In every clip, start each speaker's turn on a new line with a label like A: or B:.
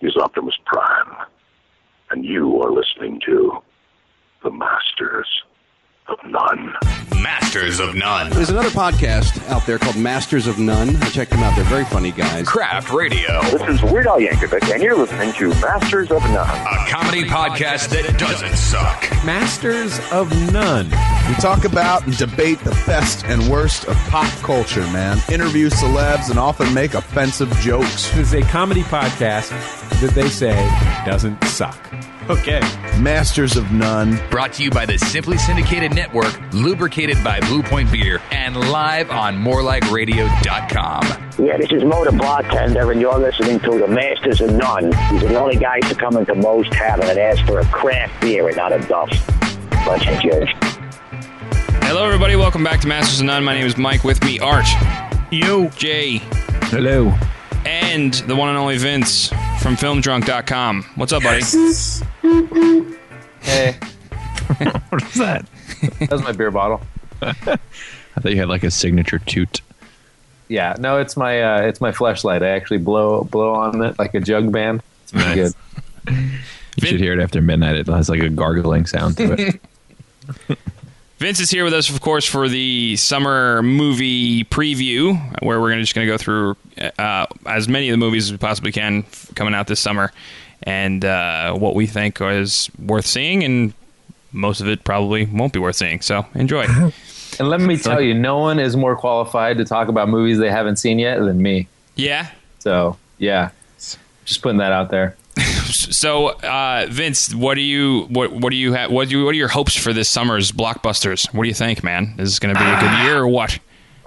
A: is Optimus Prime, and you are listening to The Masters of None.
B: Masters of None.
C: There's another podcast out there called Masters of None. I checked them out. They're very funny guys.
B: Craft Radio,
D: This is Weird Al Yankovic, and you're listening to Masters of None.
B: a comedy podcast that doesn't suck.
E: Masters of None.
F: We talk about and debate the best and worst of pop culture, man. Interview celebs and often make offensive jokes.
E: This is a comedy podcast that they say doesn't suck. Okay.
F: Masters of none.
G: Brought to you by the Simply Syndicated Network, lubricated by Blue Point Beer, and live on morelikeradio.com.
H: Yeah, this is Motor Bartender, and you're listening to the Masters of None. He's the only guy to come into Moe's Tavern and ask for a craft beer and not a duff. Bunch of jerks.
I: Hello, everybody. Welcome back to Masters of None. My name is Mike. With me, Arch. You. Jay.
E: Hello.
I: And the one and only Vince from FilmDrunk.com. What's up, buddy?
J: Hey,
K: What is that?
J: that was my beer bottle.
K: I thought you had like a signature toot.
J: Yeah, no, it's my uh, it's my flashlight. I actually blow blow on it like a jug band. It's pretty
K: Nice.
J: good.
K: You should hear it after midnight. It has like a gargling sound to it.
I: Vince is here with us, of course, for the summer movie preview, where we're gonna, just going to go through uh, as many of the movies as we possibly can f- coming out this summer and uh, what we think is worth seeing, and most of it probably won't be worth seeing. So enjoy.
J: And let me tell you, no one is more qualified to talk about movies they haven't seen yet than me.
I: yeah.
J: So yeah, just putting that out there.
I: So, uh, Vince, what do you what what do you ha- what do you, what are your hopes for this summer's blockbusters? What do you think, man? Is this going to be a good
K: Ah.
I: year or what?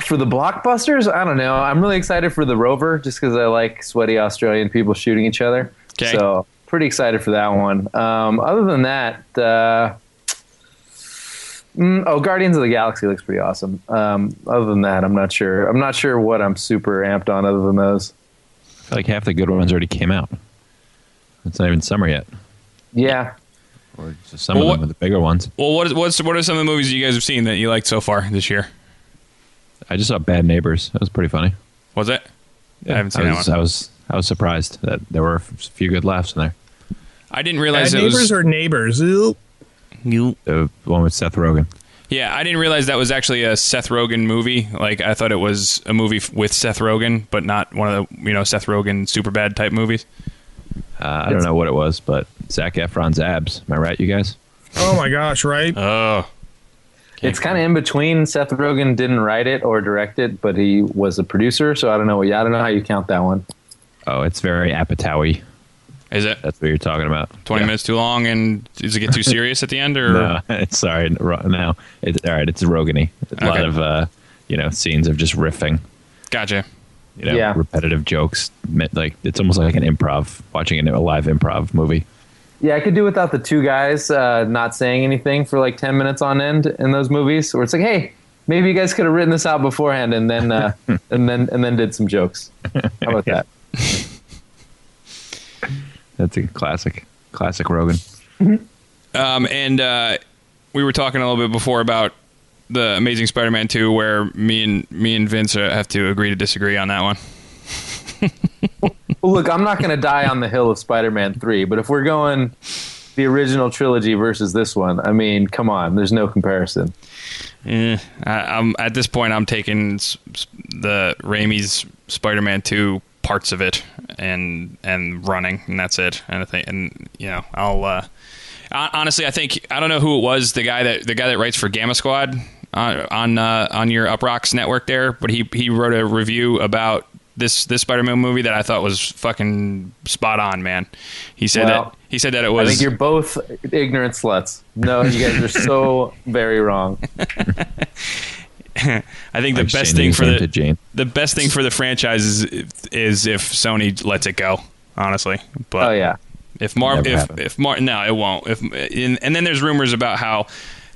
J: For the blockbusters, I don't know. I'm really excited for the Rover just because I like sweaty Australian people shooting each other.
I: 'Kay.
J: So pretty excited for that one. Um, other than that, uh, mm, oh, Guardians of the Galaxy looks pretty awesome. Um, other than that, I'm not sure. I'm not sure what I'm super amped on other than those.
K: I feel like half the good ones already came out. It's not even summer yet.
J: Yeah,
K: Or just some
I: Well,
K: of them
I: what-
K: are the bigger ones.
I: Well, what is, what's what are some of the movies you guys have seen that you liked so far this year?
K: I just saw Bad Neighbors. That was pretty funny.
I: Was it? I haven't seen
K: I
I: that
K: was,
I: one.
K: I was I was surprised that there were a few good laughs in there.
I: I didn't
K: Bad
I: realize it
K: Neighbors
I: was.
K: are-
E: Or neighbors. Oop.
K: The one with Seth Rogen.
I: yeah, I didn't realize that was actually a Seth Rogen movie. Like I thought it was a movie f- with Seth Rogen, but not one of the you know Seth Rogen super bad type movies.
K: Uh, I don't know what it was, but Zach Efron's abs. Am I right, you guys?
E: Oh my gosh, right?
I: Oh,
J: it's kind of in between. Seth Rogen didn't write it or direct it, but he was a producer. So I don't know. Yeah, I don't know how you count that one.
K: Oh, it's very Apatowy.
I: is it
K: That's what you're talking about.
I: twenty
K: Yeah.
I: minutes too long? And does it get too serious at the end? Or
K: No, it's sorry. ro- No, it's all right. It's Rogany. A lot
I: Okay.
K: of uh, you know scenes of just riffing,
I: gotcha.
K: you know,
J: Yeah.
K: repetitive jokes. Me- Like it's almost like an improv, watching an, a live improv movie.
J: Yeah, I could do without the two guys uh, not saying anything for like ten minutes on end in those movies, where it's like, hey, maybe you guys could have written this out beforehand and then uh, and then and then did some jokes. How about that?
K: That's a classic, classic Rogan.
I: Um, and uh, we were talking a little bit before about the Amazing Spider-Man two, where me and me and Vince uh, have to agree to disagree on that one.
J: Well, look, I'm not going to die on the hill of Spider-Man three, but if we're going the original trilogy versus this one, I mean, come on, there's no comparison.
I: Eh, I, I'm at this point, I'm taking s- s- the Raimi's Spider-Man two parts of it and and running, and that's it. And I think, and you know, I'll uh, hon- honestly, I think I don't know who it was the guy that the guy that writes for Gamma Squad on on, uh, on your Uprocks network there, but he he wrote a review about this this Spider-Man movie that I thought was fucking spot on, man. He said
J: Well,
I: that he said that it
J: I
I: was
J: think you're both ignorant sluts. No, you guys are so very wrong.
I: I think the
K: Like Jane
I: best thing
K: Eaves
I: for
K: and
I: the
K: to Jane.
I: the best thing for the franchise is, is if Sony lets it go. Honestly, but
J: Oh yeah,
I: if Mar
K: Never
I: if
K: happened.
I: if Mar no, it won't. If in, and then there's rumors about how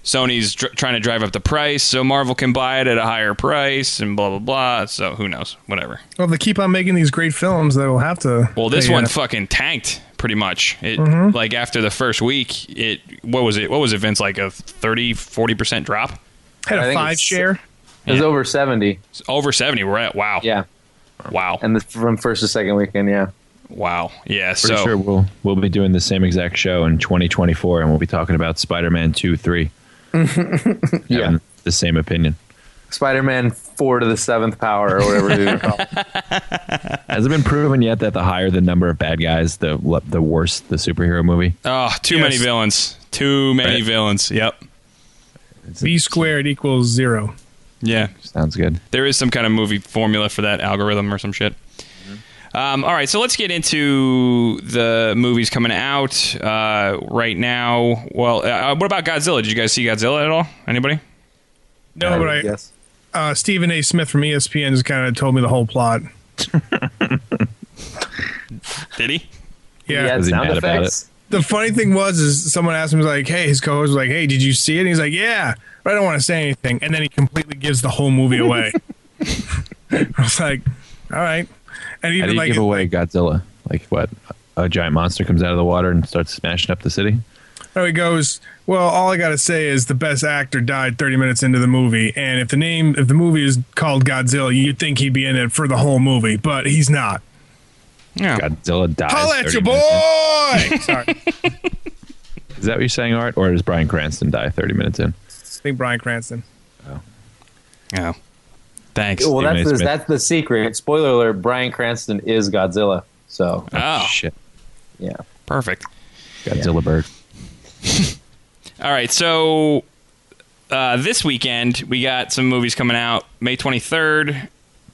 I: Sony's dr- trying to drive up the price so Marvel can buy it at a higher price and blah blah blah. So who knows? Whatever.
E: Well, if they keep on making these great films, they'll have to.
I: Well, this
E: they,
I: one
E: uh,
I: fucking tanked pretty much. It like after the first week, it what was it? What was it, Vince? Like a 30 40 percent drop.
E: had
J: I
E: a
J: think
E: five
J: it's-
E: share.
J: it was over seventy.
I: It's over seventy. We're at wow.
J: Yeah,
I: Wow.
J: and the, from first to second weekend, yeah.
I: Wow. Yeah.
K: Pretty
I: so
K: sure we'll we'll be doing the same exact show in 2024, and we'll be talking about Spider-Man two, three. yeah, the same opinion.
J: Spider-Man four to the seventh power or whatever they're called.
K: Has it been proven yet that the higher the number of bad guys, the le- the worse the superhero movie?
I: oh, too many
L: Yes.
I: villains. Too many
K: Right.
I: villains. Yep.
L: B squared equals zero.
I: Yeah.
K: Sounds good.
I: There is some kind of movie formula for that algorithm or some shit. Um, all right, so let's get into the movies coming out uh, right now. Well, uh, what about Godzilla? Did you guys see Godzilla at all? Anybody?
L: No, but I
I: yes.
L: uh, Stephen A. Smith from ESPN just kind of told me the whole plot.
I: Did he?
L: Yeah,
K: Was he mad about it?
L: The funny thing was, is someone asked him was like, "Hey," his co-host was like, "Hey, did you see it?" And he's like, "Yeah," but I don't want to say anything. And then he completely gives the whole movie away. I was like, "All right," and
K: How do
L: even
K: you
L: like,
K: give away Godzilla? Like what? A giant monster comes out of the water and starts smashing up the city.
L: oh, he goes, "Well, all I gotta say is the best actor died 30 minutes into the movie, and if the name, if the movie is called Godzilla, you'd think he'd be in it for the whole movie, but he's not."
I: Yeah.
K: Godzilla dies.
L: Holla at
K: 30
L: your
K: minutes in.
L: boy! Sorry, I
K: Is that what you're saying, Art? Or does Brian Cranston die 30 minutes in?
L: think Brian Cranston.
I: Oh. Thanks.
J: Well, that's the,
K: Stephen A. Smith.
J: that's the secret. Spoiler alert: Brian Cranston is Godzilla. So
I: Oh,
K: Shit.
J: yeah,
I: perfect.
K: Godzilla bird.
I: All right, so uh, this weekend we got some movies coming out. May 23rd,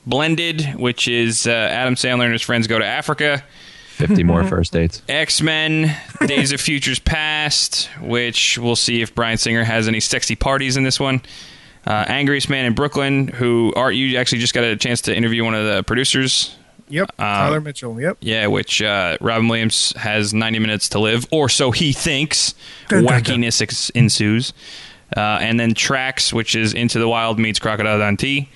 I: Blended, which is uh, Adam Sandler and his friends go to Africa.
K: 50 more first dates.
I: X Men, Days of Futures Past, which we'll see if Brian Singer has any sexy parties in this one. Uh, Angriest Man in Brooklyn, who Art, you actually just got a chance to interview one of the producers.
L: Yep, Tyler Mitchell. Yep.
I: Yeah, which uh, Robin Williams has 90 minutes to live, or so he thinks.
L: Dun, dun, dun.
I: Wackiness ex- ensues. Uh, and then Tracks, which is Into the Wild meets Crocodile Dundee,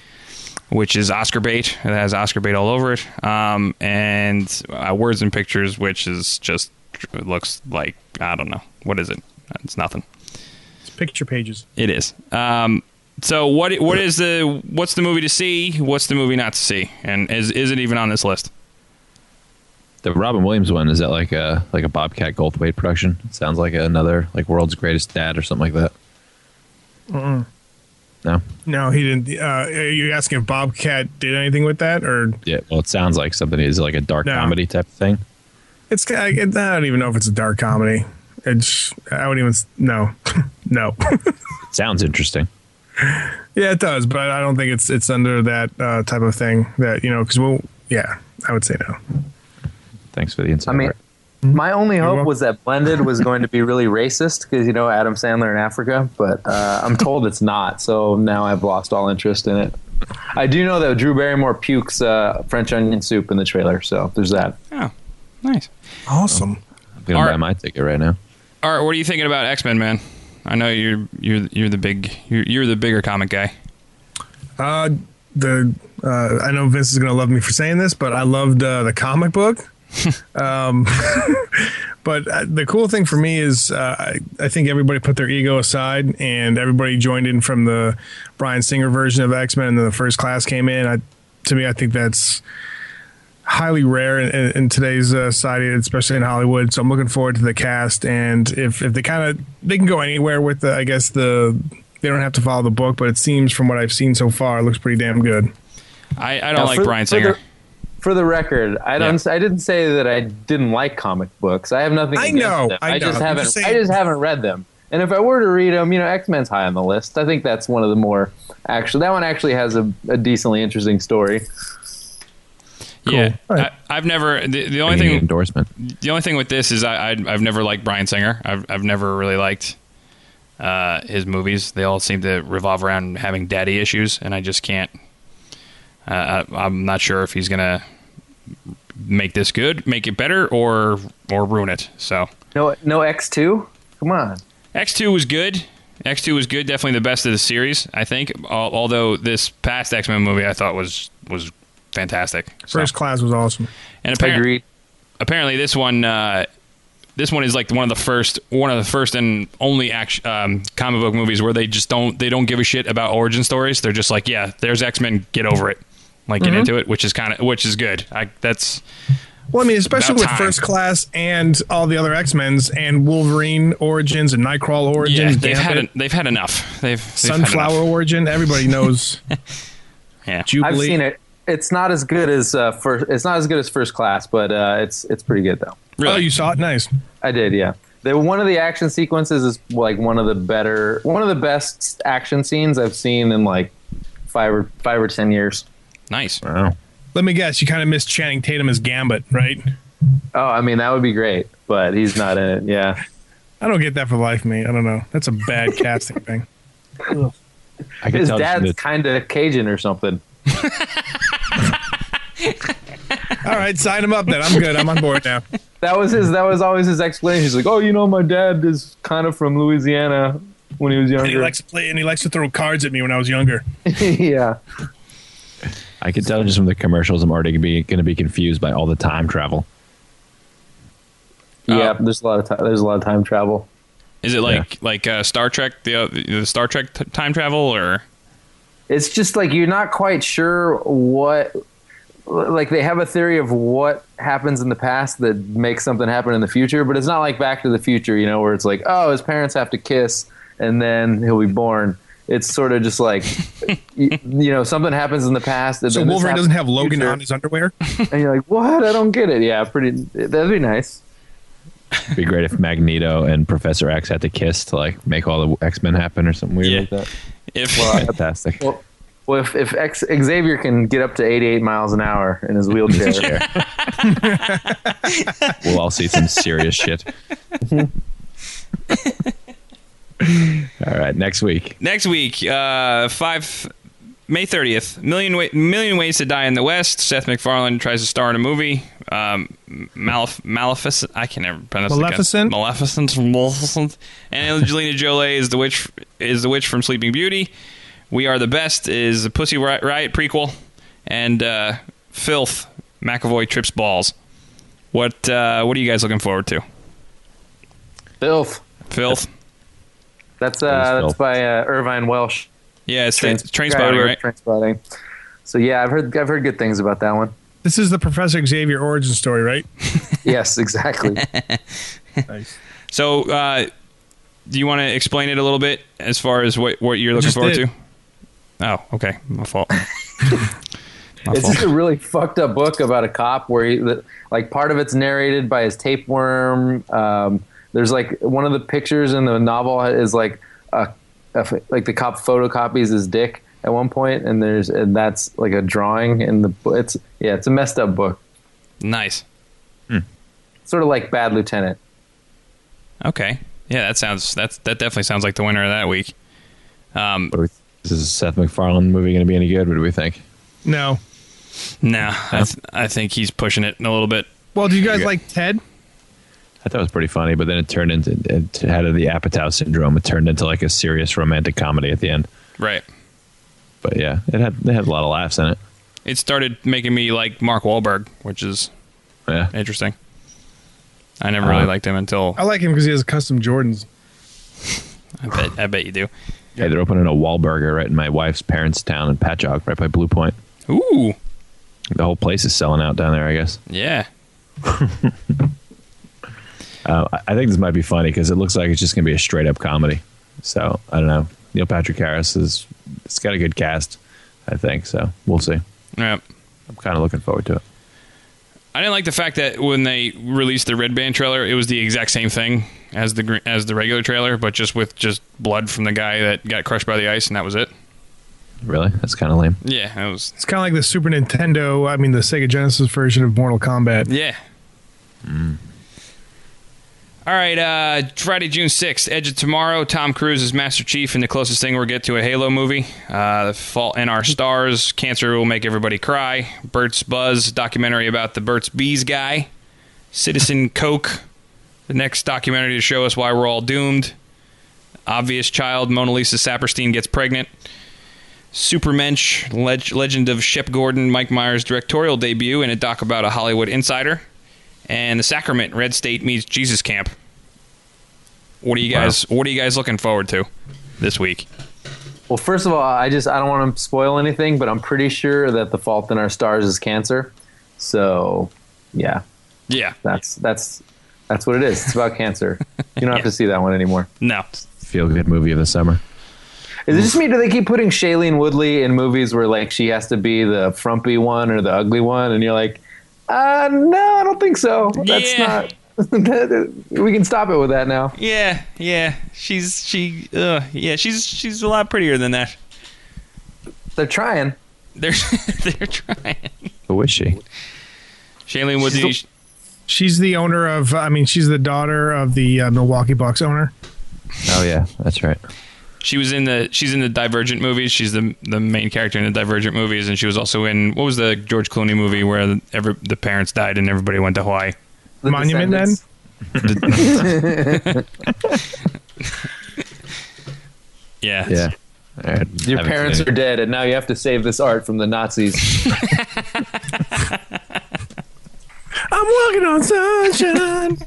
I: which is Oscar bait. It has Oscar bait all over it. Um, and uh, Words and Pictures, which is just, it looks like, I don't know. What is it? It's nothing.
L: It's picture pages.
I: It is. Um, so what? What is the? What's the movie to see? What's the movie not to see? And is is it even on this list?
K: The Robin Williams one is that like a like a Bobcat Goldthwait production? It sounds like another like World's Greatest Dad or something like that.
L: Mm-mm.
K: No,
L: No, he didn't. Uh, are you asking if Bobcat did anything with that, or
K: yeah. Well, it sounds like something is like a dark
L: No.
K: comedy type of thing.
L: it's? I, I don't even know if it's a dark comedy. It's. I wouldn't even. s- No, no.
K: It sounds interesting.
L: yeah, it does, but I don't think it's it's under that uh, type of thing. That you know, because we'll. Yeah, I would say no.
K: Thanks for the insight.
J: I mean,
K: Art.
J: my only hope was that Blended was going to be really racist because you know Adam Sandler in Africa, but uh, I'm told it's not. So now I've lost all interest in it. I do know that Drew Barrymore pukes uh, French onion soup in the trailer, so there's that.
I: Oh, nice.
L: Awesome.
K: I'm gonna
I: Art-
K: buy my ticket right now.
I: All right. What are you thinking about X Men, man? I know you're you're you're the big you're, you're the bigger comic guy.
L: Uh, the uh, I know Vince is gonna love me for saying this, but I loved uh, the comic book. um, but uh, the cool thing for me is uh, I, I think everybody put their ego aside and everybody joined in from the Brian Singer version of X Men, and then the first class came in. I, to me, I think that's highly rare in, in, in today's uh, society, especially in Hollywood. So I'm looking forward to the cast, and if if they kind of they can go anywhere with the, I guess the they don't have to follow the book, but it seems from what I've seen so far, it looks pretty damn good.
I: I, I don't
J: Now,
I: like
J: for-
I: Brian
J: for the-
I: Singer.
J: For the record, I don't. I didn't say that I didn't like comic books. I have nothing.
L: I
J: against
L: know,
J: Them.
L: I
J: I,
L: know.
J: just
L: I'm
J: haven't.
L: just
J: I
L: saying.
J: just haven't read them. And if I were to read them, you know, X Men's high on the list. I think that's one of the more actually. That one actually has a, a decently interesting story.
I: Yeah, I, I've never the, the only
K: Bringing
I: thing
K: endorsement.
I: the only thing with this is I, I I've never liked Brian Singer. I've I've never really liked uh, his movies. They all seem to revolve around having daddy issues, and I just can't. Uh, I, I'm not sure if he's gonna make this good, make it better, or or ruin it. So
J: No, no X two. Come on.
I: X two was good. X two was good. Definitely the best of the series, I think. Al- Although this past X Men movie, I thought was was fantastic. So-
L: First class was awesome.
I: and apparently,
J: Agreed.
I: apparently this one uh, this one is like one of the first one of the first and only action, um, comic book movies where they just don't they don't give a shit about origin stories. They're just like,
L: Mm-hmm.
I: yeah, there's X Men, get over it, like get into it, which is kind of which is good. I that's
L: Well, I mean, especially
I: About
L: with
I: time.
L: First Class and all the other X Men's and Wolverine Origins and Nightcrawler Origins.
I: yeah, they've had
L: Gambit,
I: en- they've had enough. They've, they've had enough.
L: Sunflower Origin. Everybody knows.
I: Yeah,
J: I've seen it. It's not as good as uh, first. It's not as good as first class, but uh, it's it's pretty good though.
L: Oh, you saw it? Nice.
J: I did. Yeah. The, one of the action sequences is like one of the better, one of the best action scenes I've seen in like five or five or ten years.
I: Nice.
K: Wow.
L: Let me guess. You kind of missed Channing Tatum as Gambit, right?
J: Oh, I mean that would be great, but he's not in it. Yeah.
L: I don't get that for life, me. I don't know. That's a bad casting thing. Ugh.
K: I
J: His dad's kind of Cajun or something.
L: All right, sign him up then. I'm good. I'm on board now.
J: That was his. That was always his explanation. He's like, "Oh, you know, my dad is kind of from Louisiana when he was
L: And he
J: younger."
L: likes to play, and he likes to throw cards at me when I was younger.
J: yeah.
K: I can tell just from the commercials, I'm already gonna be going to be confused by all the time travel.
J: Yeah, there's a lot of ti- there's a lot of time travel.
I: Is it like like uh, Star Trek the, uh, the Star Trek t- time travel or
J: It's just like you're not quite sure what like they have a theory of what happens in the past that makes something happen in the future, but it's not like Back to the Future, you know, where it's like, oh, his parents have to kiss and then he'll be born. It's sort of just like you, you know, something happens in the past. and
L: So
J: then this
L: Wolverine
J: happens
L: doesn't
J: in
L: have
J: the
L: Logan
J: future,
L: on his underwear.
J: and you're like, what? I don't get it. Yeah, pretty. That'd be nice.
K: It'd be great if Magneto and Professor X had to kiss to like make all the X Men happen or something weird like that.
I: If
K: fantastic.
J: Well, well if, if X, Xavier can get up to 88 miles an hour in his wheelchair,
K: we'll all see some serious shit. all right, next week.
I: next week? Uh, five May thirtieth. Million wa- million ways to die in the West. Seth MacFarlane tries to star in a movie. Um, Malef- Maleficent. I can never pronounce
L: Maleficent?
I: The guy. Maleficent. Maleficent. And Angelina Jolie is the witch. Is the witch from Sleeping Beauty? We are the best. Is the Pussy Ri- Riot prequel? And uh, filth. McAvoy trips balls. What uh, What are you guys looking forward to?
J: filth.
I: Filth.
J: That's uh, that's
I: filth.
J: by uh, Irvine Welsh.
I: Yeah, it's train, train
J: guy
I: spotting,
J: who wrote
I: right?
J: Trainspotting. So yeah, I've heard I've heard good things about that one.
L: This is the Professor Xavier origin story, right?
J: Yes, exactly.
L: Nice.
I: So, uh, do you want to explain it a little bit as far as what, what you're looking
J: just
I: forward
J: did.
I: to? Oh, okay. My fault. My
J: it's
I: fault.
J: just a really fucked up book about a cop where he, the, like part of it's narrated by his tapeworm. Um, there's like one of the pictures in the novel is like a, a like the cop photocopies his dick at one point, and there's and that's like a drawing in the bo- it's yeah it's a messed up book.
I: Nice.
J: Sort of like Bad Lieutenant.
I: Okay. Yeah, that sounds that's that definitely sounds like the winner of that week. Um,
K: What do we, is this Seth MacFarlane movie going to be any good? What do we think?
L: No.
I: nah, I, th- I think he's pushing it a little bit.
L: Well, do you guys
K: Yeah.
L: like Ted?
K: I thought it was pretty funny, but then it turned into it had the Apatow syndrome. It turned into like a serious romantic comedy at the end.
I: Right.
K: But yeah, it had they had a lot of laughs in it.
I: It started making me like Mark Wahlberg, which is
K: Yeah.
I: interesting. I never really
J: Uh-huh.
K: Uh,
I: liked him until
L: I like him because he has custom Jordans.
I: I bet I bet you do.
K: Hey, they're opening a Wahlburger right in my wife's parents' town in Patchogue, right by Blue Point.
I: Ooh.
K: The whole place is selling out down there, I guess.
I: Yeah.
K: Uh, I- I think this might be funny because it looks like it's just going to be a straight up comedy. So I don't know. Neil Patrick Harris is it's got a good cast, I think. So we'll see.
I: Yeah.
K: I'm kind of looking forward to it.
I: I didn't like the fact that when they released the red band trailer, it was the exact same thing as the gre- as the regular trailer, but just with just blood from the guy that got crushed by the ice, and that was it.
K: Really, that's kind of lame.
I: Yeah, that was
L: It's kind of like the Super Nintendo, I mean, the Sega Genesis version of Mortal Kombat.
I: yeah. Mm. All right, uh, Friday, June sixth, Edge of Tomorrow. Tom Cruise is Master Chief, and the closest thing we'll get to a Halo movie. Uh, the Fault in Our Stars. Cancer will make everybody cry. Burt's Buzz documentary about the Burt's Bees guy. Citizen Coke. The next documentary to show us why we're all doomed. Obvious Child, Mona Lisa Saperstein gets pregnant. Supermensch, Leg- Legend of Shep Gordon, Mike Myers' directorial debut, and a doc about a Hollywood insider. And The Sacrament, Red State meets Jesus Camp. What are you guys? What are you guys looking forward to this week?
J: Well, first of all, I just I don't want to spoil anything, but I'm pretty sure that the fault in our stars is cancer. So, yeah,
I: Yeah.
J: That's that's that's what it is. It's about cancer. You don't have to see that one anymore.
I: No.
K: Feel good movie of the summer.
J: Is it just me? Do they keep putting Shailene Woodley in movies where like she has to be the frumpy one or the ugly one, and you're like, uh, no, I don't think so. That's
I: Yeah.
J: not. we can stop it with that now.
I: Yeah, yeah. She's she uh yeah, she's she's a lot prettier than that.
J: They're trying.
I: They're they're trying.
K: Who is she?
I: Shailene Woodley
L: She's the owner of, I mean, she's the daughter of the uh, Milwaukee Bucks owner.
K: Oh yeah, that's right.
I: she was in the she's in the Divergent movies. She's the the main character in the Divergent movies and she was also in what was the George Clooney movie where the, every, the parents died and everybody went to Hawaii?
L: Monument then?
I: Yeah.
K: Yeah.
J: Your parents are dead, and now you have to save this art from the Nazis.
L: I'm walking on sunshine.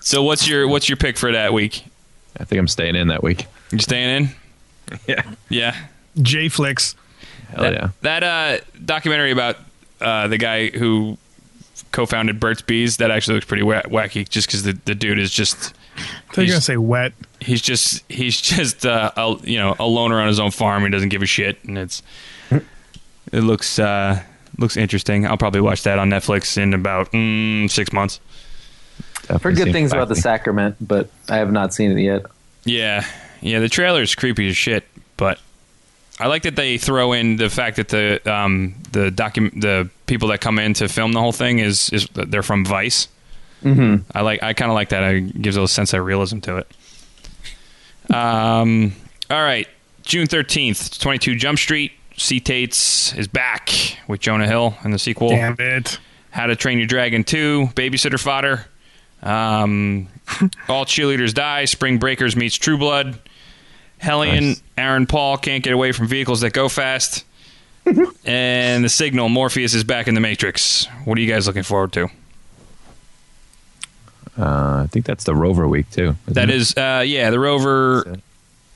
I: So what's your what's your pick for that week?
K: I think I'm staying in that week.
I: You staying in?
K: Yeah.
I: Yeah.
L: J Flix.
K: Hell yeah.
I: That uh, documentary about uh, the guy who co-founded Burt's Bees that actually looks pretty wa- wacky, just because the, the dude is just
L: They're going to say wet.
I: he's just he's just uh, a, you know a loner on his own farm. He doesn't give a shit, and it's it looks uh, looks interesting. I'll probably watch that on Netflix in about mm, six months.
J: Heard good things about the sacrament, but I have not seen it yet.
I: Yeah, yeah. The trailer's creepy as shit, but I like that they throw in the fact that the um, the document the people that come in to film the whole thing is is they're from Vice.
J: Mm-hmm.
I: I like. I kind of like that. It gives a little sense of realism to it. Um. All right. June thirteenth, twenty two Jump Street. C. Tates is back with Jonah Hill in the sequel.
L: Damn it.
I: How to Train Your Dragon two. Babysitter fodder. Um. All cheerleaders die. Spring Breakers meets True Blood. Hellion. Aaron Paul can't get away from vehicles that go fast. and the signal. Morpheus is back in the Matrix. What are you guys looking forward to?
K: Uh, I think that's the Rover week too. isn't
I: That
L: Mm-hmm.
K: it?
I: is, uh, yeah, the Rover.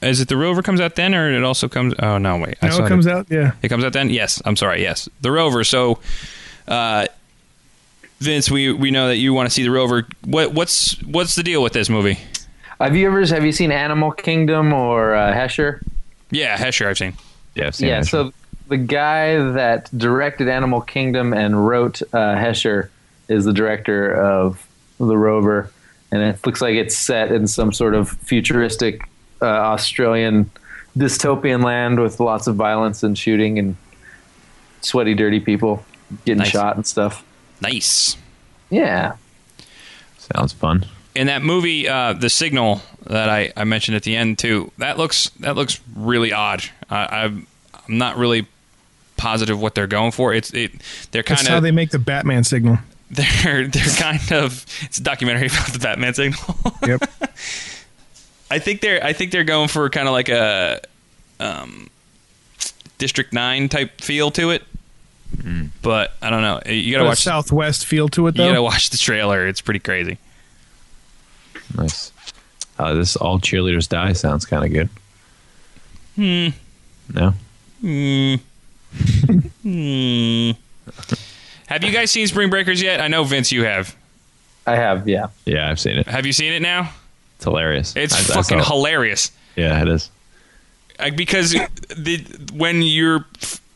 I: Is it the Rover comes out then, or it also comes? Oh no, wait.
L: No, it comes out. Yeah.
I: It comes out then. Yes, I'm sorry. Yes, the Rover. So, uh, Vince, we we know that you want to see the Rover. What what's what's the deal with this movie?
J: Have you ever have you seen Animal Kingdom or uh, Hesher?
I: Yeah, Hesher, I've seen.
K: Yeah, I've seen
J: Yeah,
K: that.
J: so the guy that directed Animal Kingdom and wrote uh, Hesher is the director of The Rover, and it looks like it's set in some sort of futuristic uh, Australian dystopian land with lots of violence and shooting and sweaty, dirty people getting
I: Nice.
J: shot and stuff.
I: Nice.
J: Yeah,
K: sounds fun.
I: And that movie, uh, The Signal, that I, I mentioned at the end too, that looks that looks really odd. I I'm, I'm not really positive what they're going for. It's it they're kind
L: That's how
I: of
L: they make the Batman signal.
I: they're they're kind of it's a documentary about the Batman signal.
L: Yep.
I: I think they're I think they're going for kind of like a um, District Nine type feel to it.
K: Hmm.
I: But I don't know. You gotta
L: Got a
I: watch.
L: Southwest feel to it,
I: You
L: though.
I: gotta watch the trailer. It's pretty crazy.
K: Nice. Uh, this all cheerleaders die sounds kind of good.
I: Hmm.
K: No,
I: Hmm. hmm. Have you guys seen Spring Breakers yet? I know Vince, you have.
J: I have. Yeah,
K: yeah, I've seen it.
I: Have you seen it now?
K: It's hilarious.
I: It's
K: I- I saw
I: fucking
K: it.
I: hilarious.
K: Yeah, it is.
I: Like, Uh, because the when you're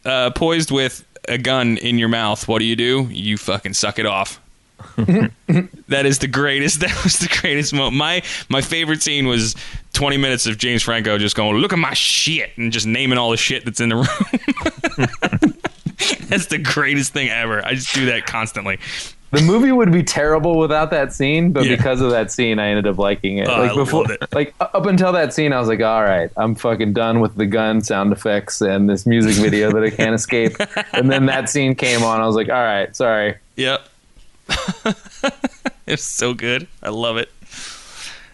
I: uh, poised with a gun in your mouth, what do you do? You fucking suck it off. that is the greatest. That was the greatest moment. My my favorite scene was 20 minutes of James Franco just going, "Look at my shit," and just naming all the shit that's in the room. that's the greatest thing ever. I just do that constantly.
J: the movie would be terrible without that scene, but
I: Yeah.
J: because of that scene, I ended up liking it.
I: Oh, I
J: like before,
I: love it.
J: like u- up until that scene, I was like, "All right, I'm fucking done with the gun sound effects and this music video that I can't escape." And then that scene came on, I was like, "All right, sorry."
I: Yep. it's so good. I love it.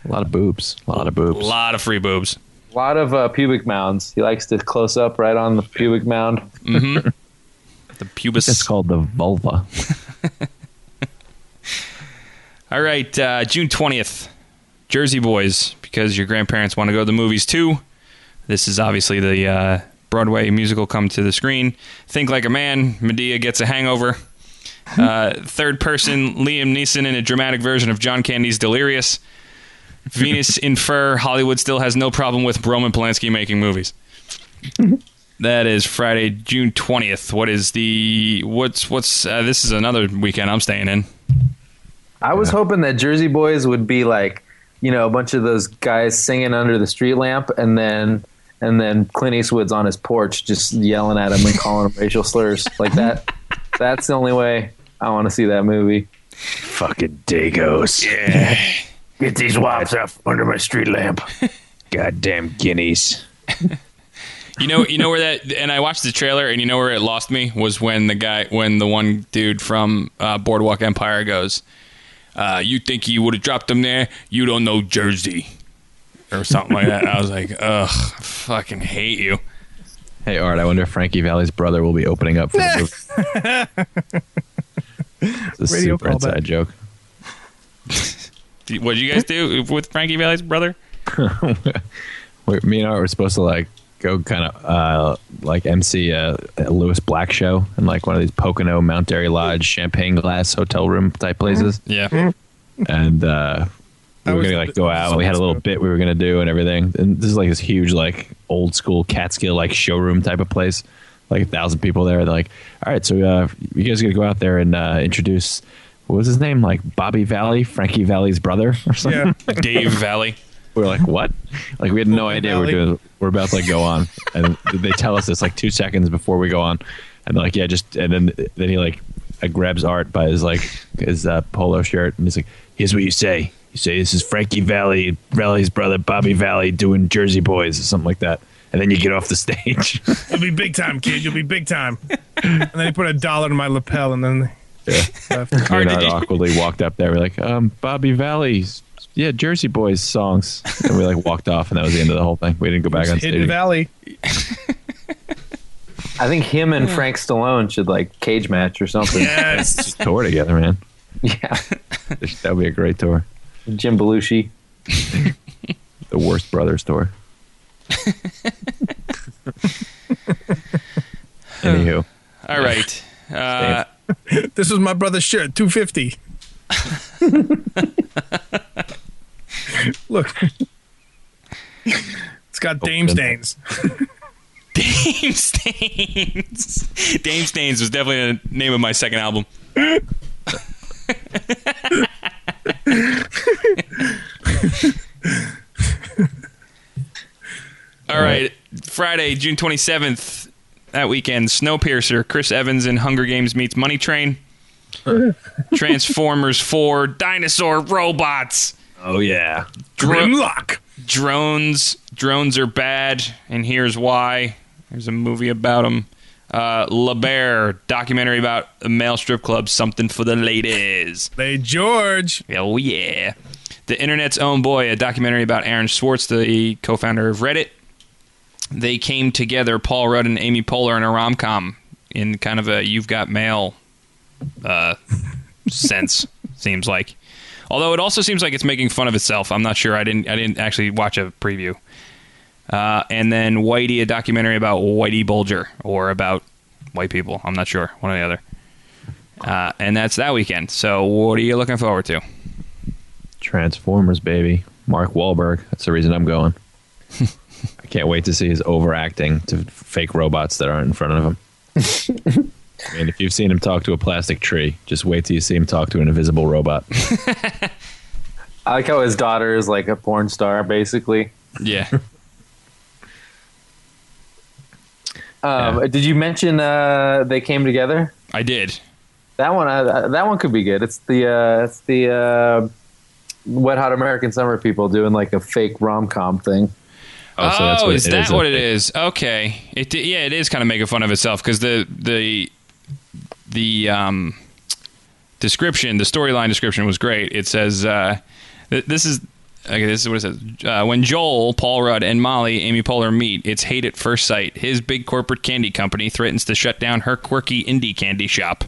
K: A lot of boobs. A lot of boobs.
I: A lot of free boobs.
J: A lot of uh, pubic mounds. He likes to close up right on the pubic mound.
I: Mm-hmm. the pubis.
K: It's called the vulva.
I: All right, uh, June twentieth, Jersey Boys, because your grandparents want to go to the movies too. This is obviously the uh, Broadway musical come to the screen. Think like a man. Medea gets a hangover. Uh, third person, Liam Neeson in a dramatic version of John Candy's Delirious. Venus infer Hollywood still has no problem with Roman Polanski making movies. That is Friday, June twentieth. What is the what's what's uh, this is another weekend I'm staying in.
J: I was hoping that Jersey Boys would be like, you know, a bunch of those guys singing under the street lamp, and then and then Clint Eastwood's on his porch just yelling at him and calling him racial slurs like that. That's the only way I want to see that movie.
M: Fucking Dagos.
I: Yeah.
M: Get these wops out from under my street lamp. Goddamn guineas.
I: You know, you know where that, and I watched the trailer, and you know where it lost me was when the guy, when the one dude from uh, Boardwalk Empire goes, uh, "You think he would have dropped him there? You don't know Jersey, or something like that." I was like, "Ugh, I fucking hate you."
K: Hey, Art, I wonder if Frankie Valley's brother will be opening up for the movie. It's a
I: Radio
K: super inside
I: callback.
K: joke.
I: What did you guys do with Frankie Valley's brother?
K: we me and Art were supposed to like go kind of uh, like MC a, a Lewis Black show in like one of these Pocono Mount Airy Lodge champagne glass hotel room type places.
I: Yeah.
K: And uh, we were gonna like go out. and We had a little bit we were gonna do and everything. And this is like this huge like old school Catskill like showroom type of place. Like a thousand people there. They're like, all right, so uh, you guys gonna go out there and uh, introduce. What was his name? Like Bobby Valley, Frankie Valley's brother, or something.
I: Dave Valley.
K: We were like, what? Like, we had no idea we we're doing. We're about to like go on, and they tell us this like two seconds before we go on, and they're like, yeah, just and then then he like uh, grabs Art by his like his uh, polo shirt, and he's like, here's what you say. You say this is Frankie Valley, Valley's brother, Bobby Valley, doing Jersey Boys or something like that, and then you get off the stage.
L: You'll be big time, kid. You'll be big time. and then he put a dollar in my lapel, and then
K: yeah.
L: left.
K: Art awkwardly walked up there. We're like, um, Bobby Valley's. Yeah, Jersey Boys songs, and we like walked off, and that was the end of the whole thing. We didn't go back on
L: Hidden
K: stage.
L: Valley.
J: I think him and Frank Stallone should like cage match or something.
L: Yes.
K: tour together, man.
J: Yeah.
K: That would be a great tour.
J: Jim Belushi.
K: the worst brothers tour. Anywho.
I: All right. Uh,
L: this was my brother's shirt, two fifty. Look, it's
K: Oh,
L: got Dame stains.
I: Dame Stains. Dame Stains was definitely the name of my second album. All right, Friday, June 27th, that weekend, Snowpiercer, Chris Evans in Hunger Games meets Money Train, Transformers 4, Dinosaur Robots.
K: Oh, yeah.
L: Grimlock.
I: Drones. Drones are bad, and here's why. There's a movie about them. Uh, La Bear, documentary about a male strip club, something for the ladies.
L: Hey, George.
I: Oh, yeah. The Internet's Own Boy, a documentary about Aaron Schwartz, the co founder of Reddit. They came together, Paul Rudd and Amy Poehler, in a rom com in kind of a You've Got Mail uh, sense, seems like. Although it also seems like it's making fun of itself. I'm not sure. I didn't. I didn't actually watch a preview. Uh, and then Whitey, a documentary about Whitey Bulger or about white people. I'm not sure. One or the other. Uh, and that's that weekend. So what are you looking forward to?
K: Transformers, baby. Mark Wahlberg. That's the reason I'm going. I can't wait to see his overacting to fake robots that aren't in front of him. I mean, if you've seen him talk to a plastic tree, just wait till you see him talk to an invisible robot.
J: I like how his daughter is like a porn star, basically.
I: Yeah.
J: Um, Did you mention uh, they came together?
I: I did.
J: That one, uh, that one could be good. It's the uh, it's the uh, Wet Hot American Summer people doing like a fake rom com thing.
I: Oh,
K: so that's what
I: is
K: it
I: that
K: is,
I: what
K: I
I: it is? Okay. It di- yeah, it is kind of making fun of itself because the the the um description, the storyline description was great. It says uh, th- this is okay. This is what it says. Uh, when Joel, Paul Rudd, and Molly, Amy Poehler meet, it's hate at first sight. His big corporate candy company threatens to shut down her quirky indie candy shop.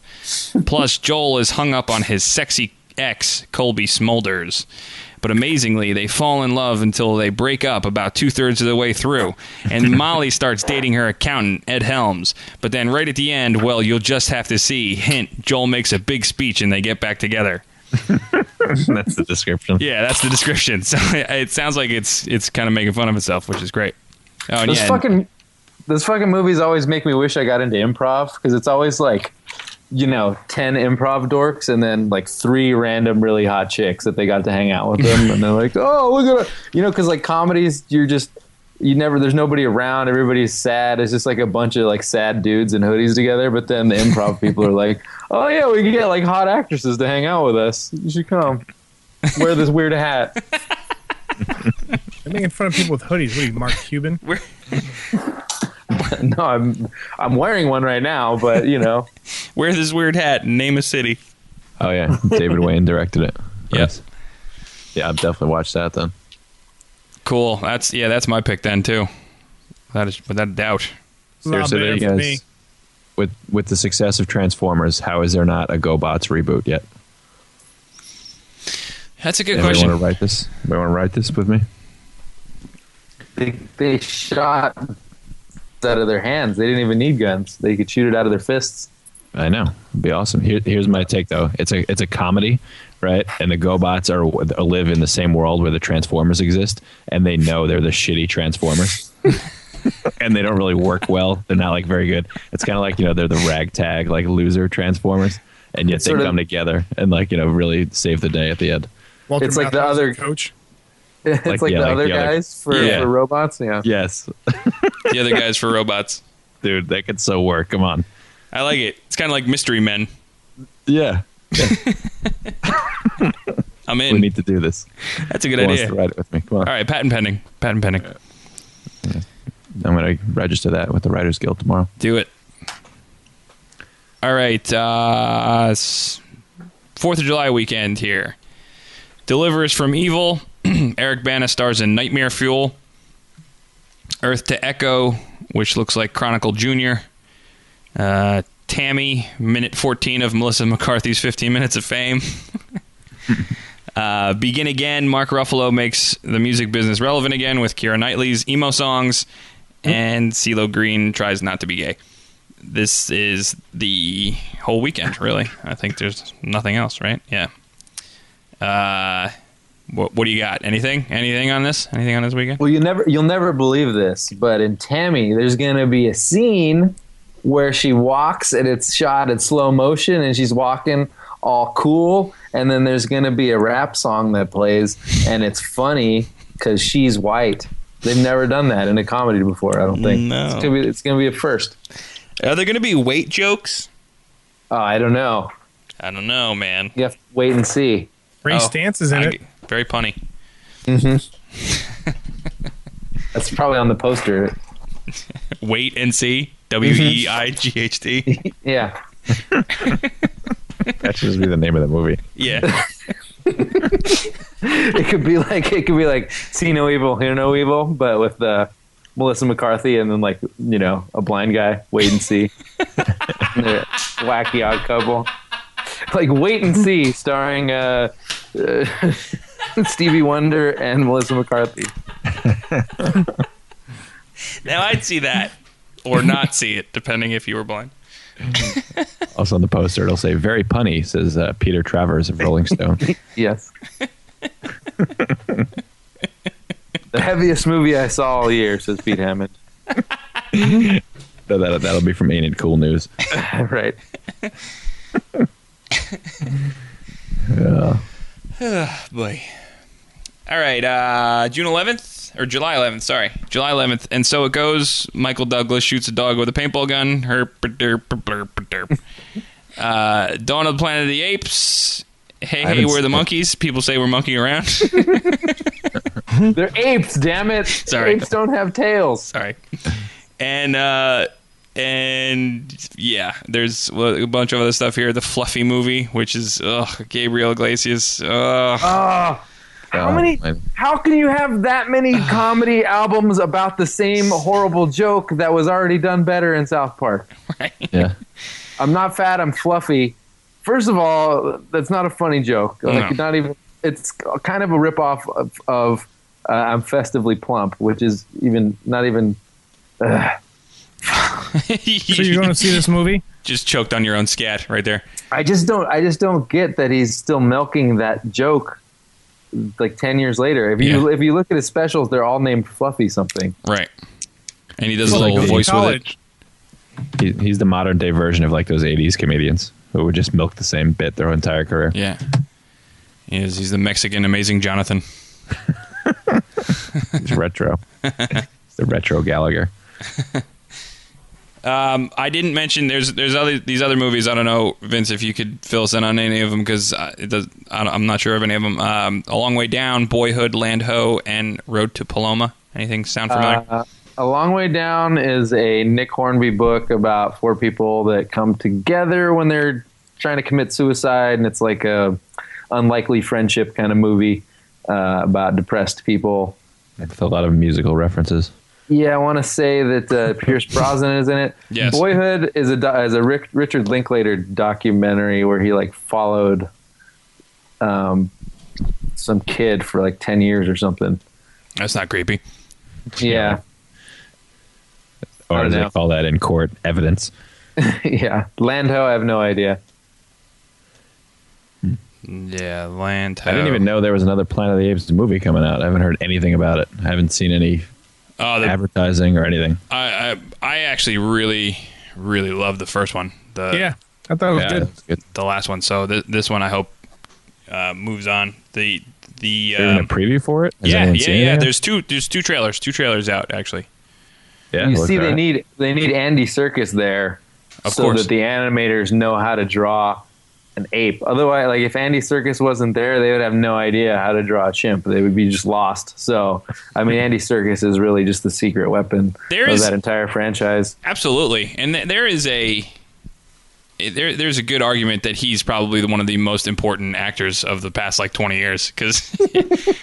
I: Plus, Joel is hung up on his sexy ex, Colby Smulders. But amazingly, they fall in love until they break up about two thirds of the way through. And Molly starts dating her accountant, Ed Helms. But then right at the end, well, you'll just have to see. Hint Joel makes a big speech and they get back together.
K: that's the description.
I: Yeah, that's the description. So it sounds like it's it's kind of making fun of itself, which is great. Oh, and
J: those
I: yeah, and-
J: fucking those fucking movies always make me wish I got into improv because it's always like you know 10 improv dorks and then like three random really hot chicks that they got to hang out with them and they're like oh look at her. you know because like comedies you're just you never there's nobody around everybody's sad it's just like a bunch of like sad dudes in hoodies together but then the improv people are like oh yeah we can get like hot actresses to hang out with us you should come wear this weird hat
L: I'm making fun of people with hoodies. What are you, Mark Cuban?
J: no, I'm I'm wearing one right now, but you know,
I: wear this weird hat and name a city.
K: Oh yeah, David Wayne directed it.
I: Yes.
K: Yeah, I've definitely watched that then.
I: Cool. That's yeah. That's my pick then too. That is without doubt.
K: Seriously, there you guys, with with the success of Transformers, how is there not a GoBots reboot yet?
I: That's a good
K: Anybody
I: question.
K: want to write this? Anybody want to write this with me?
J: they they shot out of their hands. They didn't even need guns. They could shoot it out of their fists.
K: I know. It'd be awesome. Here, here's my take though. It's a it's a comedy, right? And the GoBots are live in the same world where the Transformers exist, and they know they're the shitty Transformers. and they don't really work well. They're not like very good. It's kind of like you know they're the ragtag like loser Transformers, and yet they
J: Sort of-
K: come together and like you know really save the day at the end.
L: Walter
J: it's like the
L: Matthau's
J: other
L: coach.
J: It's
K: Like,
J: like, the
K: yeah, like
J: other
K: the other-
J: guys for,
K: Yeah.
J: for robots. Yeah.
K: Yes,
I: the other guys for robots.
K: dude, that could so work. Come on.
I: I like it. It's kind of like Mystery Men.
K: Yeah.
I: I'm in.
K: We need to do this.
I: That's a good
K: Who wants
I: idea.
K: to write it with me? Come on.
I: All right, patent pending. Patent pending.
K: I'm going to register that with the Writers Guild tomorrow.
I: Do it. All right. Uh, s- Fourth of July weekend here. Delivers from Evil. Eric Bana stars in Nightmare Fuel. Earth to Echo, which looks like Chronicle Junior. Uh, Tammy, minute 14 of Melissa McCarthy's 15 Minutes of Fame. Uh, Begin Again, Mark Ruffalo makes the music business relevant again with Kira Knightley's emo songs, and CeeLo Green tries not to be gay. This is the whole weekend, really. I think there's nothing else, right? Yeah. Uh, what, what do you got? Anything? Anything on this? Anything on this weekend?
J: Well, you never you'll never believe this, but in Tammy, there's gonna be a scene where she walks and it's shot in slow motion, and she's walking all cool, and then there's gonna be a rap song that plays, and it's funny because she's white. They've never done that in a comedy before. I don't
K: Mm,
J: think.
I: No.
J: It's gonna be, it's gonna be a first.
I: Are there going to be weight jokes?
J: Uh, I don't know.
I: I don't know, man.
J: You have to wait and see.
L: Ray Stantz is in
I: I-
L: it.
I: Very punny.
J: hmm That's probably on the poster.
I: Wait and see. W E I G H T.
J: Yeah.
K: That should just be the name of the movie.
I: Yeah.
J: it could be like it could be like see no evil, hear no evil, but with uh, Melissa McCarthy and then like you know a blind guy. Wait and see. And they're a wacky odd couple. Like wait and see, starring uh, uh, Stevie Wonder and Melissa McCarthy.
I: Now I'd see that or not see it, depending if you were blind.
K: Also on the poster, it'll say "Very punny," says uh, Peter Travers of Rolling Stone.
J: Yes. the heaviest movie I saw all year, says Pete Hammond.
K: so that that'll be from Ain't It Cool News.
J: right.
K: Yeah.
I: boy. All right, uh, June 11th or July 11th, sorry. July 11th. And so it goes Michael Douglas shoots a dog with a paintball gun. Herp, derp, derp, derp. Uh, Dawn of the Planet of the Apes.
K: I
I: Hey, hey,
K: haven't
I: we're the
K: seen it.
I: monkeys. People say we're monkey around.
J: They're apes, damn it.
I: Sorry.
J: Apes don't have tails.
I: Sorry. and uh and yeah, there's a bunch of other stuff here. The Fluffy movie, which is ugh, Gabriel Iglesias. Ugh.
J: Oh,
K: Um,
J: how many? How can you have that many comedy albums about the same horrible joke that was already done better in South Park?
K: Yeah.
J: I'm not fat. I'm fluffy. First of all, that's not a funny joke. Like,
I: No.
J: Not even it's kind of a ripoff of, of uh, I'm festively plump, which is even not even. Uh,
L: so you're going to see this movie?
I: Just choked on your own scat right there.
J: I just don't. I just don't get that he's still milking that joke, like ten years later. If you if you look at his specials, they're all named Fluffy something.
I: Right. And he does a little voice with it.
K: He, he's the modern day version of like those '80s comedians who would just milk the same bit their entire career.
I: Yeah. He is, he's the Mexican amazing Jonathan.
K: It's retro. it's the retro Gallagher.
I: Um, I didn't mention there's there's other these other movies. I don't know Vince if you could fill us in on any of them because it does. I don't, I'm not sure of any of them. Um, a long way down, Boyhood, Land Ho, and Road to Paloma. Anything sound familiar?
J: Uh, a long way down is a Nick Hornby book about four people that come together when they're trying to commit suicide, and it's like a unlikely friendship kind of movie uh, about depressed people.
K: With a lot of musical references.
J: Yeah, I want to say that uh, Pierce Brosnan is in it.
K: Yes.
J: Boyhood is a do- is a Rick, Richard Linklater documentary where he like followed um, some kid for like ten years or something.
I: That's not creepy.
J: Yeah,
K: Or as
J: don't
K: they
J: know.
K: call that in court, evidence.
J: yeah. Lando, I have no idea.
I: Yeah, Land Ho.
K: I didn't even know there was another Planet of the Apes movie coming out. I haven't heard anything about it. I haven't seen any
I: Oh, the-
K: advertising or anything.
I: I, I I actually really really love the first one. The
L: Yeah, I thought it was good.
I: The last one. So th- this one I hope uh, moves on. The the
K: They're in
I: um,
K: a preview for it. Has
I: yeah
K: anyone
I: yeah
K: seen it
I: yeah.
K: yet?
I: There's two there's two trailers two trailers out actually.
K: Yeah,
J: you
K: look
J: see,
K: at
J: they
K: it.
J: need they need Andy Circus there,
I: Of
J: so
I: course.
J: that the animators know how to draw an ape. Otherwise, like if Andy Circus wasn't there, they would have no idea how to draw a chimp. They would be just lost. So, I mean, Andy Circus is really just the secret weapon
I: There
J: of
I: is-
J: that entire franchise.
I: Absolutely, and th- there is a there there's a good argument that he's probably the- one of the most important actors of the past like 20 years because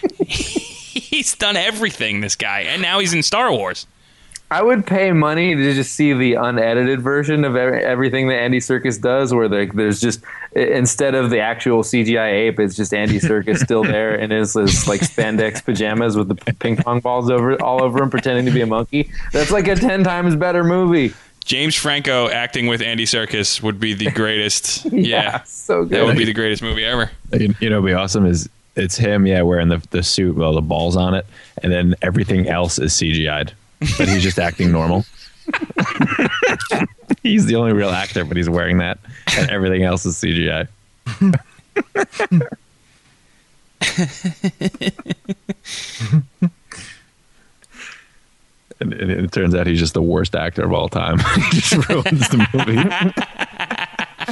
I: he's done everything. This guy, and now he's in Star Wars.
J: I would pay money to just see the unedited version of every, everything that Andy Circus does, where there, there's just i- instead of the actual CGI ape, it's just Andy Circus still there in his, his, like spandex pajamas with the p- ping pong balls over all over him, pretending to be a monkey. That's like a ten times better movie.
I: James Franco acting with Andy Serkis would be the greatest. yeah,
J: so
I: That would
K: good.
I: be the greatest movie ever.
K: You, you know, what'd be awesome is it's him, yeah, wearing the the suit with all the balls on it, and then everything else is CGI'd, but he's just acting normal. he's the only real actor, but he's wearing that, and everything else is CGI. And, and it turns out he's just the worst actor of all time. he just ruins the movie.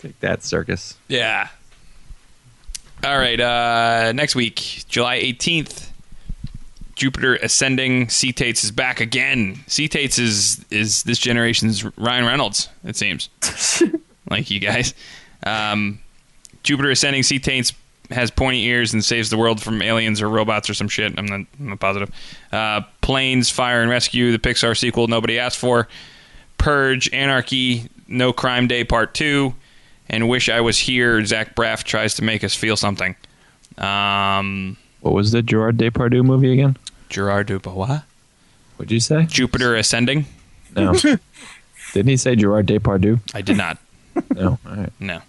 K: Take that circus.
I: Yeah. All right. Uh, next week, July 18th, Jupiter ascending. C Tates is back again. C Tates is is this generation's Ryan Reynolds. It seems like you guys. Um, Jupiter ascending. C Tates has pointy ears and saves the world from aliens or robots or some shit. I'm not, I'm not positive. Uh, Planes, Fire and Rescue, the Pixar sequel nobody asked for. Purge, Anarchy, No Crime Day Part Two, and Wish I Was Here. Zach Braff tries to make us feel something. Um,
K: What was the Gerard Depardieu movie again?
I: Gerard Dubois.
K: What'd you say?
I: Jupiter Ascending.
K: No. Didn't he say Gerard Depardieu?
I: I did not.
K: No. All right.
I: No.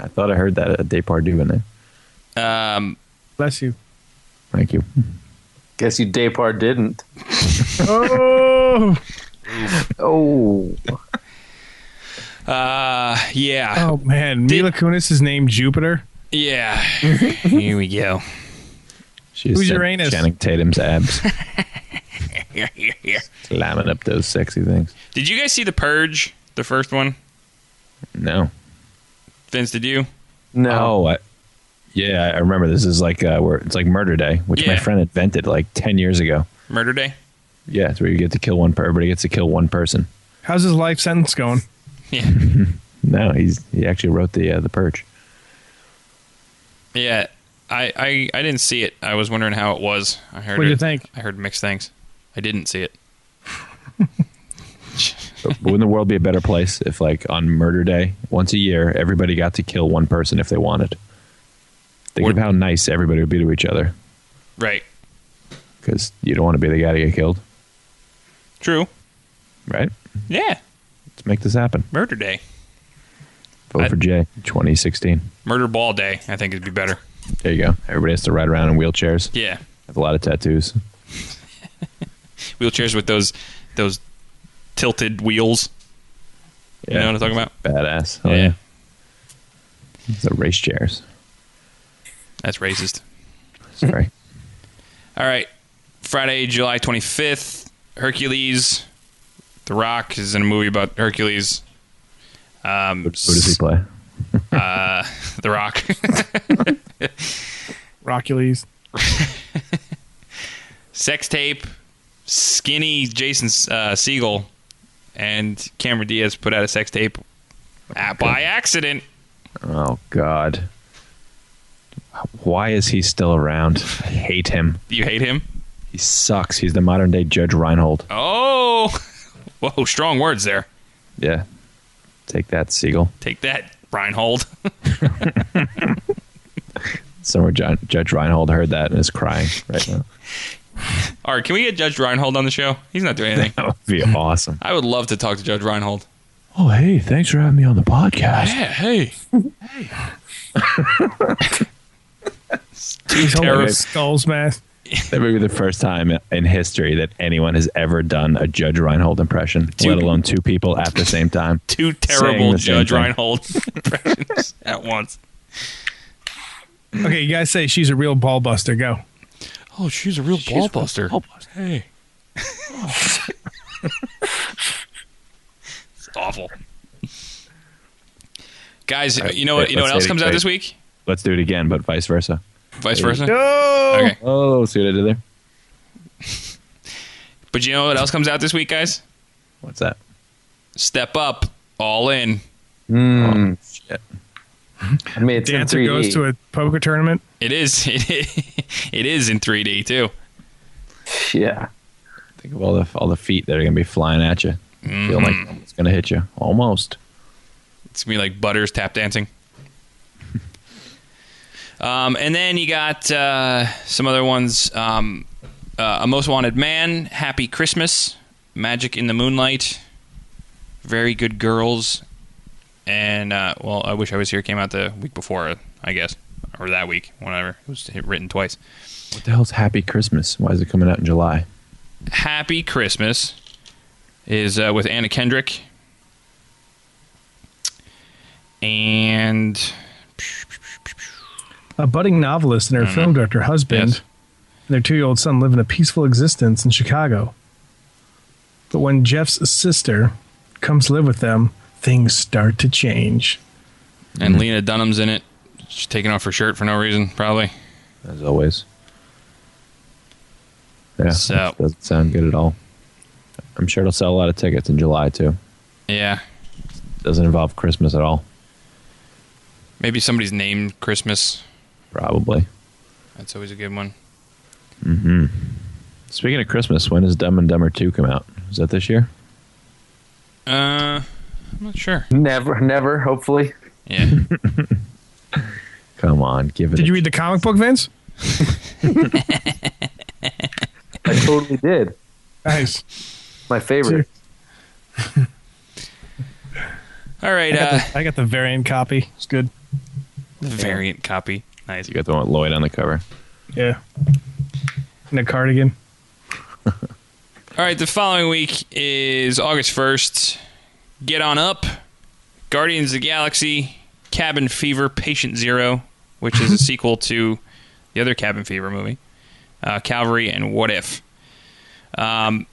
K: I thought I heard that at Depardieu in there.
I: Um,
L: Bless you.
K: Thank you.
J: Guess you Depart didn't.
L: Oh,
J: Oh,
I: uh, yeah,
L: oh man, Mila Kunis is named Jupiter.
I: yeah. Here we go.
K: She
L: Who's
K: said
L: Uranus?
K: Channing Tatum's abs,
I: Did
K: slamming up those sexy things.
I: you guys see the Purge, the first one?
K: No.
I: Vince, did you?
J: No.
K: Oh, I, yeah, I remember. This is like uh, where it's like Murder Day, which my
I: Yeah.
K: friend invented like ten years ago.
I: Murder Day.
K: Yeah, it's where you get to kill one. Per- everybody gets to kill one person.
L: How's his life sentence going?
I: Yeah,
K: No, he's he actually wrote the uh, the Purge.
I: yeah. I, I I didn't see it. I was wondering how it was. I heard.
L: What'd you
I: it-
L: think?
I: I heard mixed things. I didn't see it.
K: but wouldn't the world be a better place if, like, on Murder Day, once a year, everybody got to kill one person if they wanted? Think of how nice everybody would be to each other,
I: Right.
K: because you don't want to be the guy to get killed,
I: True.
K: right?
I: Yeah.
K: Let's make this happen.
I: Murder Day.
K: Vote for Jay, 2016.
I: Murder Ball Day, I think it'd be better.
K: There you go. Everybody has to ride around in wheelchairs.
I: Yeah.
K: Have a lot of tattoos.
I: Wheelchairs with those those tilted wheels. You know what I'm talking about?
K: Badass. Oh, yeah. So race chairs.
I: That's racist.
K: Sorry.
I: All right. Friday, July 25th, Hercules. The Rock is in a movie about Hercules. Um, Who
K: Who does he play?
I: Uh, the Rock.
L: Rockules.
I: Sex tape, skinny Jason uh, Siegel, and Cameron Diaz put out a sex tape at, by accident.
K: Oh God. Why is he still around? I hate him.
I: You hate him?
K: He sucks. He's the modern day Judge Reinhold.
I: Oh, whoa! Strong words there.
K: Yeah. Take that, Siegel.
I: Take that, Reinhold.
K: Somewhere John, Judge Reinhold heard that and is crying right now.
I: All right, can we get Judge Reinhold on the show? He's not doing anything.
K: That would be awesome.
I: I would love to talk to Judge Reinhold.
K: Oh hey, thanks for having me on the podcast.
I: Yeah, hey.
L: Two
I: Oh,
K: terrible-
L: skulls, math.
K: That would be the first time in history that anyone has ever done a Judge Reinhold impression, let alone two people at the same time.
I: Two
K: saying
I: terrible
K: the same
I: Judge
K: thing.
I: Reinhold impressions at once.
L: Okay, you guys say she's a real ball buster. Go.
I: Oh, she's a real
L: real
I: ballbuster. Hey. it's awful. Guys, you know what? You know what else comes out this week?
K: Let's do it again, but vice versa.
I: Vice versa.
L: No.
I: Okay.
K: Oh, see what I did there?
I: But you know what else comes out this week, guys?
K: What's that?
I: Step up, all in.
J: Mm.
K: shit.
J: I mean, it's
L: Oh, Dancer
J: in 3D.
L: goes to a poker tournament.
I: It is. It, it is in 3D too.
J: yeah.
K: Think of all the all the feet that are gonna be flying at you. Feel like it's gonna hit you almost.
I: It's gonna be like Butters tap dancing. Um, and then you got uh, some other ones: um, uh, A Most Wanted Man, Happy Christmas, Magic in the Moonlight, Very Good Girls, and uh, well, I wish I was here. Came out the week before, I guess, or that week, whenever it was written twice.
K: What the hell's Happy Christmas? Why is it coming out in July?
I: Happy Christmas is uh, with Anna Kendrick. And
L: A budding novelist and her film director husband
I: Mm-hmm. Yes.
L: and their two year old son live in a peaceful existence in Chicago. But when Jeff's sister comes to live with them, things start to change. Mm-hmm.
I: and Lena Dunham's in it. She's taking off her shirt for no reason, probably.
K: As always. Yeah.
I: So-
K: that doesn't sound good at all. I'm sure it'll sell a lot of tickets in July too.
I: Yeah,
K: Doesn't involve Christmas at all.
I: maybe somebody's named Christmas.
K: Probably.
I: That's always a good one.
K: hmm Speaking of Christmas, when does Dumb and Dumber Two come out? Is that this year?
I: Uh, I'm not sure.
J: Never, never. Hopefully,
I: Yeah,
K: Come on, give it. a-
L: Did you read the comic book, Vince?
J: I totally did.
L: Nice.
J: My favorite.
I: All right.
L: I, got
I: Uh,
L: the, I got the variant copy. It's good.
I: variant copy. Nice.
K: you got the one with Lloyd on the cover.
L: Yeah. In a cardigan.
I: All right. The following week is August first. Get on up. Guardians of the Galaxy, Cabin Fever, Patient Zero, which is a sequel to the other Cabin Fever movie, uh, Calvary, and What If. Um,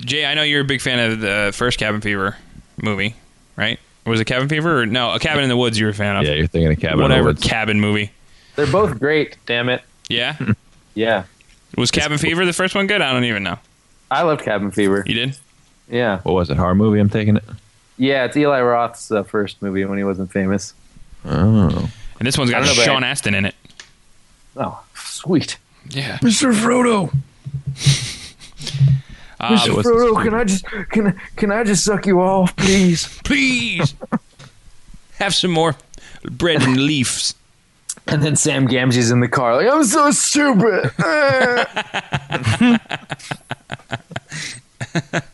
I: Jay, I know you're a big fan of the first Cabin Fever movie, right? Was it Cabin Fever or no? A Cabin in the Woods. You were a fan of
K: Yeah, you're thinking of Cabin. in the
I: whatever
K: Woods.
I: cabin movie.
J: They're both great. Damn it.
I: Yeah,
J: Yeah.
I: was Cabin Fever the first one good? I don't even know.
J: I loved Cabin Fever.
I: You did?
J: Yeah.
K: What was it? Horror movie? I'm taking it.
J: Yeah, it's Eli Roth's uh, first movie when he wasn't famous.
K: Oh,
I: And this one's got
J: I don't know,
I: Sean
J: but-
I: Astin in it.
J: Oh, sweet.
I: Yeah.
L: Mr. Frodo.
I: Um,
M: Mr. Frodo, can I just can I- can I just suck you off, please?
I: please have some more bread and leaves.
J: And then Sam Gamgee's in the car, like, I'm so stupid.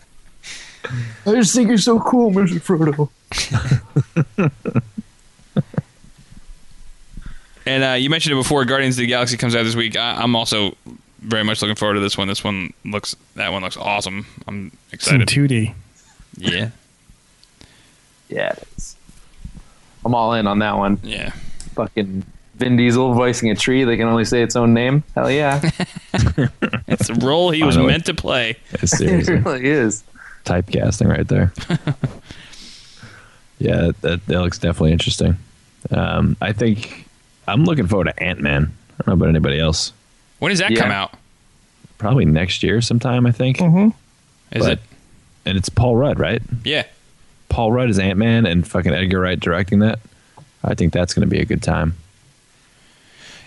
M: I just think you're so cool, Mr. Frodo.
I: And uh, you mentioned it before. Guardians of the Galaxy comes out this week. I- I'm also very much looking forward to this one. This one looks that one looks awesome. I'm
L: It's in
I: excited.
L: 2D.
I: Yeah.
J: yeah, it is. I'm all in on that one.
I: Yeah.
J: Fucking Vin Diesel voicing a tree that can only say its own name. Hell yeah.
I: It's a role he was
K: Finally.
I: meant to play.
K: Yeah, seriously.
J: it really is.
K: typecasting right there. yeah, that, that, that looks definitely interesting. Um, I think I'm looking forward to Ant Man. I don't know about anybody else.
I: When does that
K: Yeah.
I: come out?
K: Probably next year sometime, I think.
L: Mm-hmm.
I: Is it?
K: And it's Paul Rudd, right?
I: Yeah.
K: Paul Rudd is Ant Man and fucking Edgar Wright directing that. I think that's going to be a good time.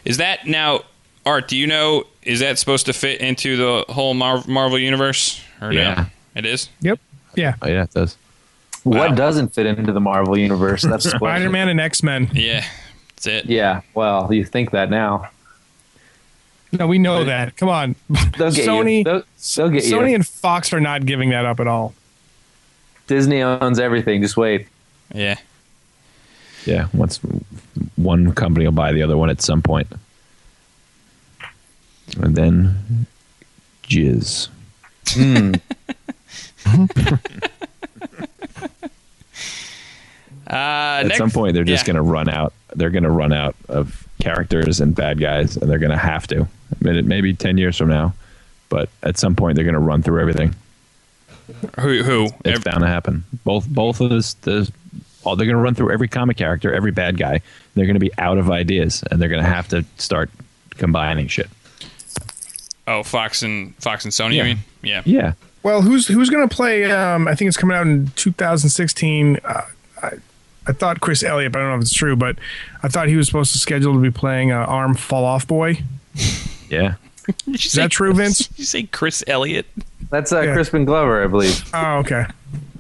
I: Is that now? Art, do you know? Is that supposed to fit into the whole Mar- Marvel universe? Or
K: Yeah.
I: no? It is.
L: Yep. Yeah.
K: Oh, yeah, it does.
J: What doesn't fit into the Marvel universe? That's the
L: Spider
J: question.
L: Man and X Men.
I: Yeah. That's it.
J: Yeah, well, you think that now.
L: No, we know that. Come on.
J: They'll get
L: Sony,
J: you. They'll, they'll get
L: Sony
J: you.
L: and Fox are not giving that up at all.
J: Disney owns everything. Just wait.
I: Yeah.
K: Yeah, once one company will buy the other one at some point. And then jizz.
I: Uh,
K: at
I: next-
K: some point they're just
I: yeah.
K: going to run out they're going to run out of characters and bad guys and they're going to have to I mean, it may be 10 years from now but at some point they're going to run through everything
I: Who? Who?
K: it's bound to happen both both of this the all they're going to run through every comic character every bad guy they're going to be out of ideas and they're going to have to start combining shit
I: Oh, Fox and Fox and Sony.
K: Yeah.
I: I mean, yeah.
K: yeah
L: Well, who's who's going to play? Um, I think it's coming out in 2016. Uh, I, I thought Chris Elliott, but I don't know if it's true. But I thought he was supposed to schedule to be playing uh, Arm Fall Off Boy.
K: yeah
I: Did you
L: Is that true, Vince?
I: Did you say Chris Elliott?
J: That's uh,
L: Yeah.
J: Crispin Glover, I believe.
L: Oh, okay.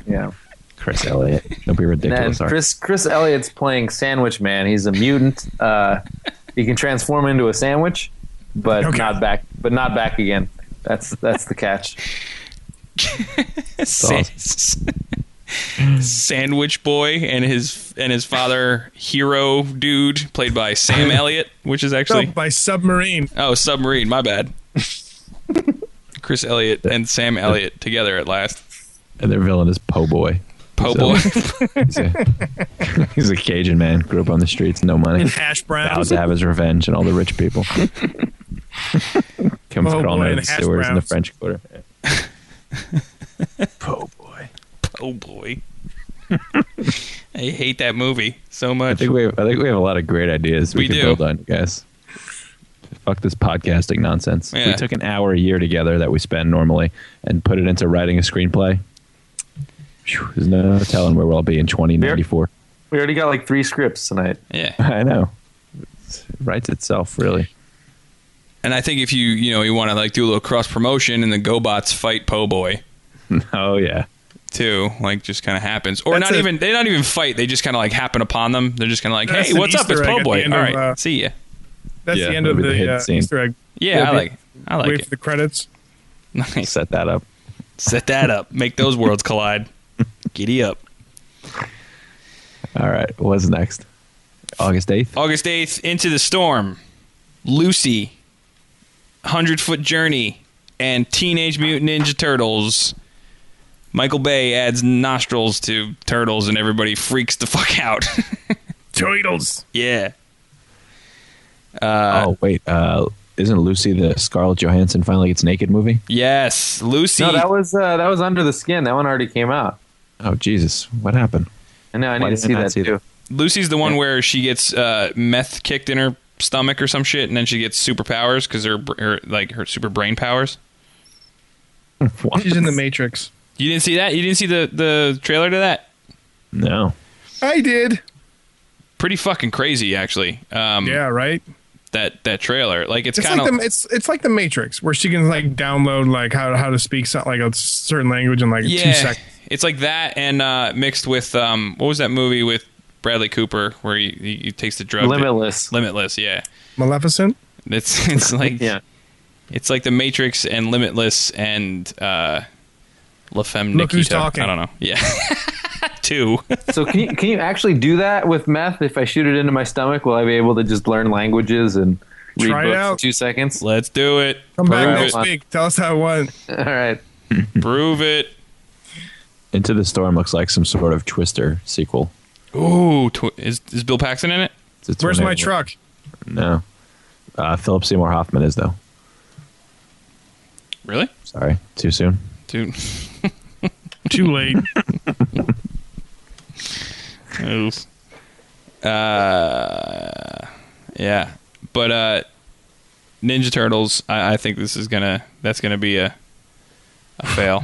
J: Yeah.
K: chris elliott don't be
J: And
K: ridiculous Art.
J: Chris Chris Elliott's playing Sandwich Man. He's a mutant. Uh, he can transform into a sandwich, but
L: Okay.
J: not back. But not back again. That's that's the catch.
I: Sa- Sandwich Boy and his and his father Hero Dude, played by Sam Elliott, which is
L: No,
I: actually
L: by submarine.
I: oh Submarine. My bad. Chris Elliott and Sam Elliott together at last.
K: and their villain is po boy
I: Po
K: So-
I: Boy.
K: he's a, he's a cajun man grew up on the streets no money
L: And Hash
K: out
L: Browns.
K: to have his revenge and all the rich people. Comes
L: Oh, boy,
K: crawling out
L: and
K: of the
L: hash
K: sewers in the
L: browns.
K: French Quarter. oh boy!
I: Po Boy. I hate that movie so
K: I
I: much.
K: think we have, I think we have a lot of great ideas we,
I: We
K: can
I: do.
K: build on, you guys. Fuck this podcasting nonsense. If
I: Yeah.
K: We took an hour a year together that we spend normally and put it into writing a screenplay. phew, There's no telling where we'll be in 2094.
J: We already got like three scripts tonight.
I: Yeah.
K: I know. It writes itself, really.
I: And I think if you you know you want to like do a little cross promotion and the GoBots fight Po Boy
K: Oh yeah.
I: too, like just kind of happens, or
L: That's
I: not
L: a-
I: even they don't even fight. They just kind of like happen upon them. They're just kind of like,
L: That's
I: hey,
L: an
I: what's up?
L: Easter
I: It's
L: egg at
I: Po
L: the
I: Boy.
L: end
I: All
L: of,
I: right,
L: uh,
I: see ya.
L: That's
K: Yeah,
L: the end of
K: maybe the
L: the
K: hit
L: uh,
K: scene.
L: Easter egg.
I: Yeah, I like I like
L: Wait
I: it.
L: for the credits.
I: Nice.
K: Set that up.
I: Set that up. Make those worlds collide. Giddy up.
K: All right. What's next? August 8th.
I: August eighth, into the storm. Lucy, hundred foot journey, and Teenage Mutant Ninja Turtles. Michael Bay adds nostrils to turtles, and everybody freaks the fuck out.
L: Turtles.
I: yeah.
K: oh wait, uh, isn't Lucy the Scarlett Johansson finally gets naked movie?
I: Yes, Lucy.
J: No, that was uh, that was Under the Skin. That one already came out.
K: Oh Jesus, what happened?
J: I know. I
K: Why
J: need to
K: did I
J: see
K: not
J: that
K: see that?
J: too.
I: Lucy's the one where she gets uh, meth kicked in her stomach or some shit, and then she gets superpowers because her, br- her like her super brain powers.
K: What?
L: He's in the Matrix.
I: You didn't see that? You didn't see the the trailer to that?
K: No,
L: I did.
I: Pretty fucking crazy, actually. Um,
L: Yeah, right.
I: that that trailer. Like it's,
L: It's,
I: kind
L: like
I: of
L: the it's it's like the Matrix where she can like download like how how to speak some, like a certain language in like two
I: yeah.
L: seconds.
I: It's like that and uh, mixed with um, what was that movie with Bradley Cooper where he, he, he takes the drug? that-
J: Limitless.
I: limitless. Yeah.
L: Maleficent.
I: It's it's like It's like the Matrix and Limitless and uh, La Femme
J: Look who's
I: Nikita.
J: talking.
I: I don't know. Yeah. Two.
J: so can you, can you actually do that with meth? If I shoot it into my stomach, will I be able to just learn languages and read
L: Try it
J: books in
L: out.
J: two seconds?
I: Let's do it.
L: Come back
J: Prove
L: next
J: it.
L: week. Tell us how it went.
J: All right.
I: Prove it.
K: Into the Storm looks like some sort of Twister sequel.
I: Ooh, tw- is is Bill Paxton in it?
K: It's a
L: Where's my
K: tornado.
L: truck?
K: No. Uh, Philip Seymour Hoffman is though.
I: Really?
K: Sorry, too soon.
I: Dude.
L: Too late.
I: Oof. Uh, yeah, but uh, Ninja Turtles. I, I think this is gonna. That's gonna be a a fail.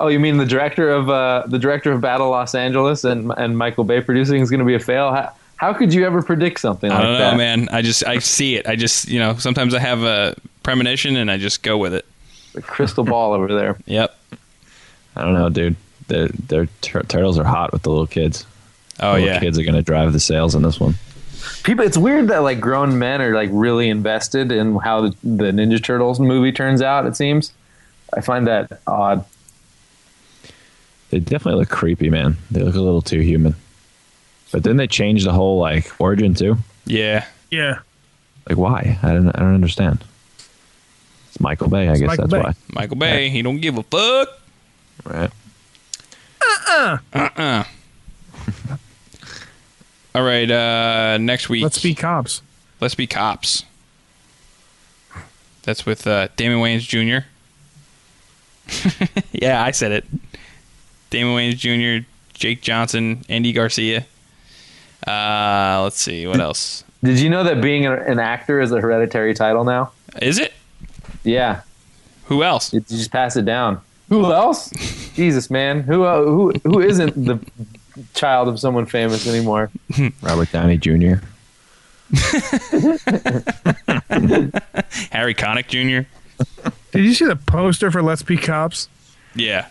J: Oh, you mean the director of uh, the director of Battle Los Angeles and and Michael Bay producing is going to be a fail? How, how could you ever predict something like
I: I don't know,
J: that?
I: man. I just I see it. I just you know sometimes I have a premonition and I just go with it.
J: The crystal ball over there.
I: Yep.
K: I don't know, dude. Their their tur- turtles are hot with the little kids.
I: Oh
K: the little
J: yeah.
K: kids are gonna drive the sales in this one.
J: People, it's weird that like grown men are like really invested in how the, the Ninja Turtles movie turns out. It seems I find that odd.
K: They definitely look creepy, man. They look a little too human. But then they changed the whole like origin too.
I: Yeah.
L: Yeah.
K: Like why? I don't I don't understand. It's Michael Bay, I guess
I: Michael
K: that's
I: Bay.
K: why.
I: Michael Bay, he don't give a fuck.
K: Right.
L: Uh-uh.
I: Uh-uh. All right, uh next week. Let's be
L: cops.
I: Let's be cops. That's with uh Damon Wayans Jr. yeah, I said it. Damon Wayans Jr., Jake Johnson, Andy Garcia. Uh let's see what else.
J: Did you know that being a, an actor is a hereditary title now?
I: Is it?
J: Yeah.
I: Who else?
J: Did you just pass it down? Who else? Jesus, man. Who uh, who who isn't the child of someone famous anymore?
K: Robert Downey Jr.
I: Harry Connick Jr.
L: Did you see the poster for Let's Be Cops?
I: Yeah,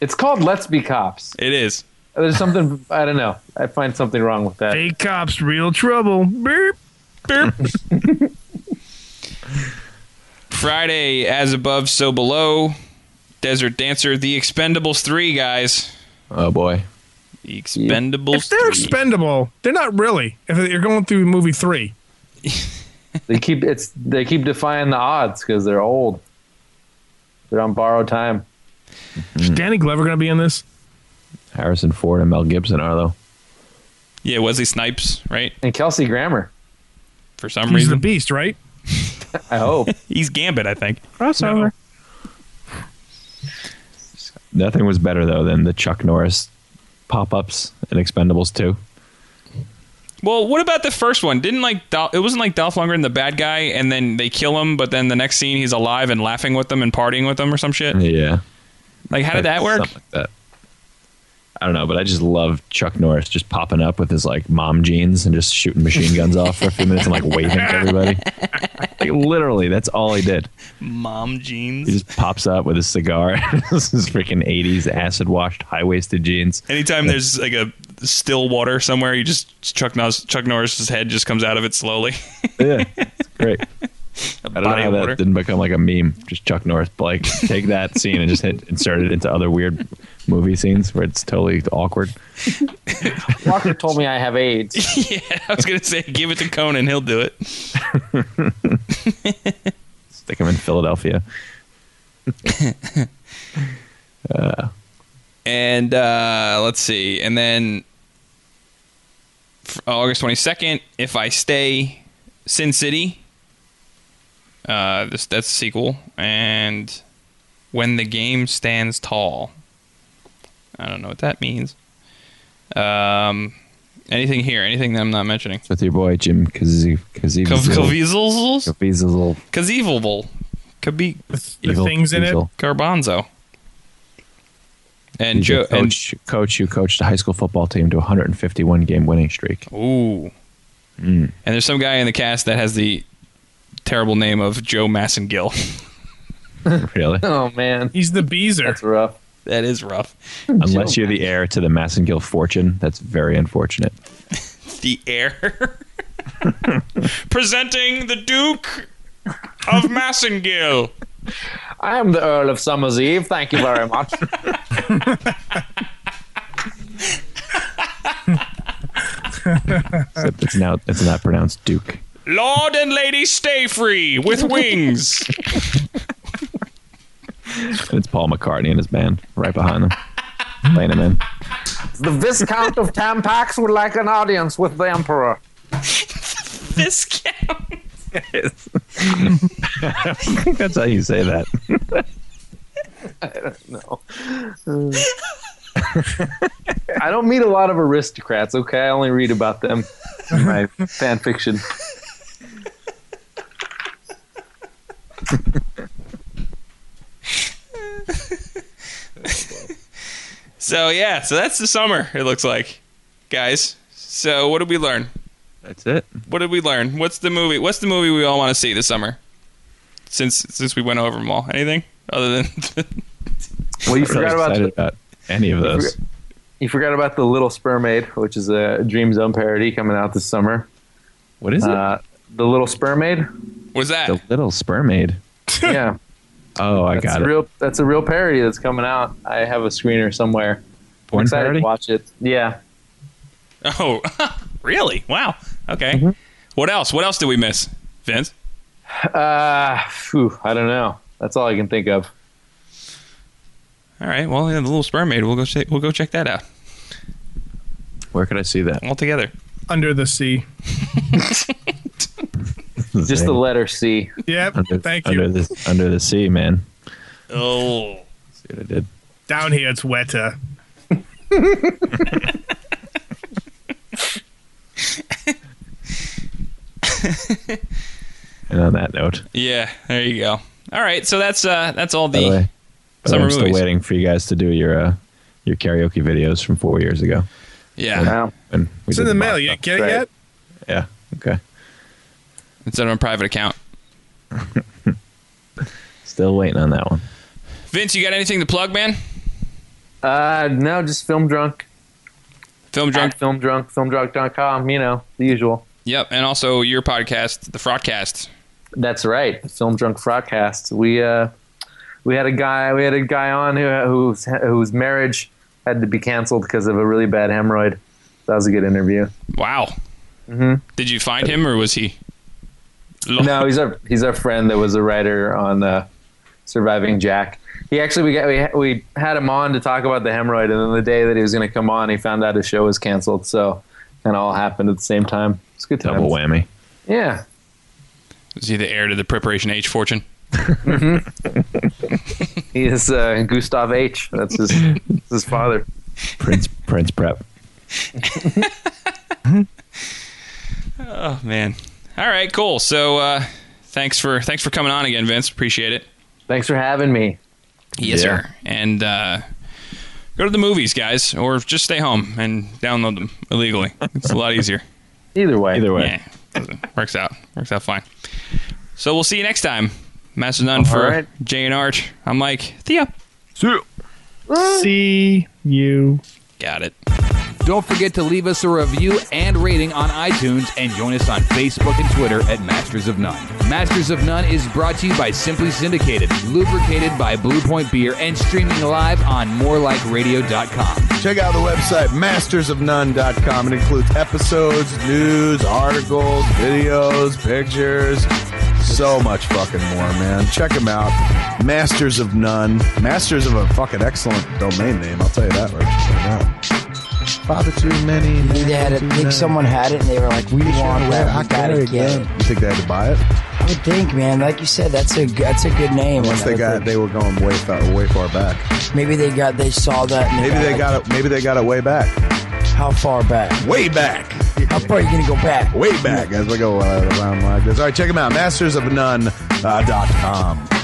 J: It's called Let's Be Cops.
I: it is.
J: There's something I don't know. I find something wrong with that.
L: Hey, cops, real trouble. Beep.
I: Beep. Friday, as above, so below. Desert Dancer, The Expendables 3, guys.
K: Oh boy.
I: The Expendables
L: They're
I: 3.
L: expendable. They're not really. If you're going through movie three,
J: They keep it's they keep defying the odds because they're old. They're on borrowed time.
I: Mm.
L: is Danny Glover going to be in this?
K: Harrison Ford and Mel Gibson are though.
I: yeah, Wesley Snipes, right?
J: And Kelsey Grammer.
I: For some
L: He's the
I: reason.
L: Beast, right?
J: I hope.
I: He's Gambit, I think.
L: Crossover.
K: Nothing was better though than the Chuck Norris pop ups and Expendables too.
I: Well, what about the first one? Didn't like Dol- it wasn't like Dolph Lundgren the bad guy, and then they kill him, but then the next scene he's alive and laughing with them and partying with them or some shit.
K: Yeah.
I: Like, how did that work?
K: Something like that. I don't know, but I just love Chuck Norris just popping up with his like mom jeans and just shooting machine guns off for a few minutes and like waving to everybody. Like literally, that's all he did.
I: Mom jeans.
K: He just pops up with a cigar, this is freaking eighties acid washed high waisted jeans.
I: Anytime there's like a still water somewhere, you just Chuck Norris, Chuck Norris's head just comes out of it slowly.
K: Yeah, it's great. I don't know
I: body
K: how
I: of
K: that
I: water.
K: didn't become like a meme. Just Chuck Norris, but like take that scene and just hit insert it into other weird movie scenes where it's totally awkward.
J: Walker told me I have AIDS.
I: yeah, I was gonna say give it to Conan, he'll do it.
K: Stick him in Philadelphia. uh,
I: And uh, let's see, and then f- August twenty second, if I stay, Sin City. Uh, this that's a sequel, and when the game stands tall. I don't know what that means. Um, anything here? Anything that I'm not mentioning?
K: with your boy Jim Kazi- Kazi-
I: Kav- Caviezel?
K: Caviezel.
I: Kazevable. Kabi.
L: The
K: Evil
L: things in it.
K: Diesel.
I: Garbanzo. And
K: He's
I: Joe.
K: a
L: Oh,
K: coach, coach who coached a high school football team to a 151 game winning streak.
I: And ooh,
K: Mm.
I: And there's some guy in the cast that has the terrible name of Joe Massengill.
K: Really?
J: Oh man,
L: he's the Beezer.
J: That's rough.
I: That is rough.
K: Unless you're the heir to the Massengill fortune, that's very unfortunate.
I: the heir. Presenting the Duke of Massengill.
J: I am the Earl of Summer's Eve. Thank you very much.
K: Except it's now it's not pronounced Duke.
I: Lord and Lady Stay Free with wings.
K: It's Paul McCartney and his band right behind them, playing him in.
J: the Viscount of Tampax would like an audience with the Emperor.
I: this count.
K: I don't think that's how you say that.
J: I don't know. I don't meet a lot of aristocrats. Okay, I only read about them in my fan fiction.
I: So yeah, so that's the summer. It looks like, guys. So what did we learn?
K: That's it.
I: What did we learn? What's the movie? What's the movie we all want to see this summer? Since since we went over them all, anything other than
K: I'm
J: Well, you
K: really
J: forgot about
K: excited
J: the-
K: about any of those.
J: You forgot about the Little Spermaid, which is a Dream Zone parody coming out this summer.
K: What is it?
J: Uh, the Little Spermaid.
I: What's that?
K: The little spermaid.
J: yeah,
K: Oh, I
J: that's
K: got
J: a
K: it.
J: real. That's a real parody that's coming out. I have a screener somewhere.
K: Porn
J: Excited
K: parody?
J: To watch it. Yeah.
I: Oh, really? Wow. Okay.
K: Mm-hmm.
I: What else? What else did we miss, Vince?
J: Uh, phew, I don't know. That's all I can think of.
I: All right. Well, yeah, the little sperm maid. We'll go. Check, we'll go check that out
K: Where could I see that?
I: all together.
L: Under the sea.
J: Just the letter C.
L: Yep.
K: Under,
L: Thank
K: under
L: you.
K: the under the sea, man.
I: Oh.
K: See what I did.
L: Down here, it's wetter.
K: And on that note,
I: Yeah. There you go. All right. So that's uh that's all
K: by the
I: the
K: way, by the way,
I: summer
K: I'm still
I: movies.
K: waiting for you guys to do your uh, your karaoke videos from four years ago.
I: Yeah.
J: Wow.
K: When we
L: It's
K: did
L: in the
K: mo-
L: mail. You didn't get it
J: Right.
L: yet?
K: Yeah. Okay.
I: It's on a private account.
K: Still waiting on that one.
I: Vince, you got anything to plug, man?
J: Uh, no, just film drunk.
I: Film drunk.
J: At film drunk. Filmdrunk.com. You know the usual.
I: Yep. And also your podcast, the Fraudcast.
J: That's right, Film Drunk Broadcast. We uh, we had a guy we had a guy on who whose whose marriage had to be canceled because of a really bad hemorrhoid. That was a good interview.
I: Wow.
K: Mm-hmm.
J: Mhm.
I: Did you find him or was he?
J: No, he's our he's our friend that was a writer on uh, Surviving Jack. He actually we got we we had him on to talk about the hemorrhoid, and then the day that he was going to come on, he found out his show was canceled. So, kind of all happened at the same time. It's good times.
K: Double whammy.
J: Yeah.
I: Was he the heir to the Preparation H fortune?
J: He is uh, Gustav H. That's his that's his father.
K: Prince Prince Prep.
I: Oh man. All right. Cool. So uh, thanks for thanks for coming on again, Vince. Appreciate it.
J: Thanks for having me.
I: Yes,
K: Yeah.
I: sir. And uh, go to the movies, guys, or just stay home and download them illegally. It's a lot easier.
J: Either way.
K: Either way.
I: Yeah, works out. Works out fine. So we'll see you next time. Master None for
J: All right.
I: Jay and Arch. I'm Mike. Thea.
L: See you.
I: Got it.
N: Don't forget to leave us a review and rating on iTunes and join us on Facebook and Twitter at Masters of None. Masters of None is brought to you by Simply Syndicated, lubricated by Blue Point Beer, and streaming live on morelikeradio.com.
F: Check out the website mastersofnone.com. It includes episodes, news, articles, videos, pictures. So much fucking more, man. Check them out. Masters of None. Masters of a fucking excellent domain name. I'll tell you that right right now. Father too many.
O: They had it. I think someone had it, and they were like, "We want that. We gotta get it."
F: You think they had to buy it?
O: I would think, man. Like you said, that's a that's a good name.
F: Unless
O: I
F: they
O: would
F: got, they were going way far, way far back.
O: think- Maybe they got. They saw that. And
F: Maybe they got it. Maybe they got it way back.
O: it. How far back?
F: Way back.
O: How far are you gonna go back?
F: way back as we go uh, around like this. All right, check them out, mastersofnone.com. Uh, dot com.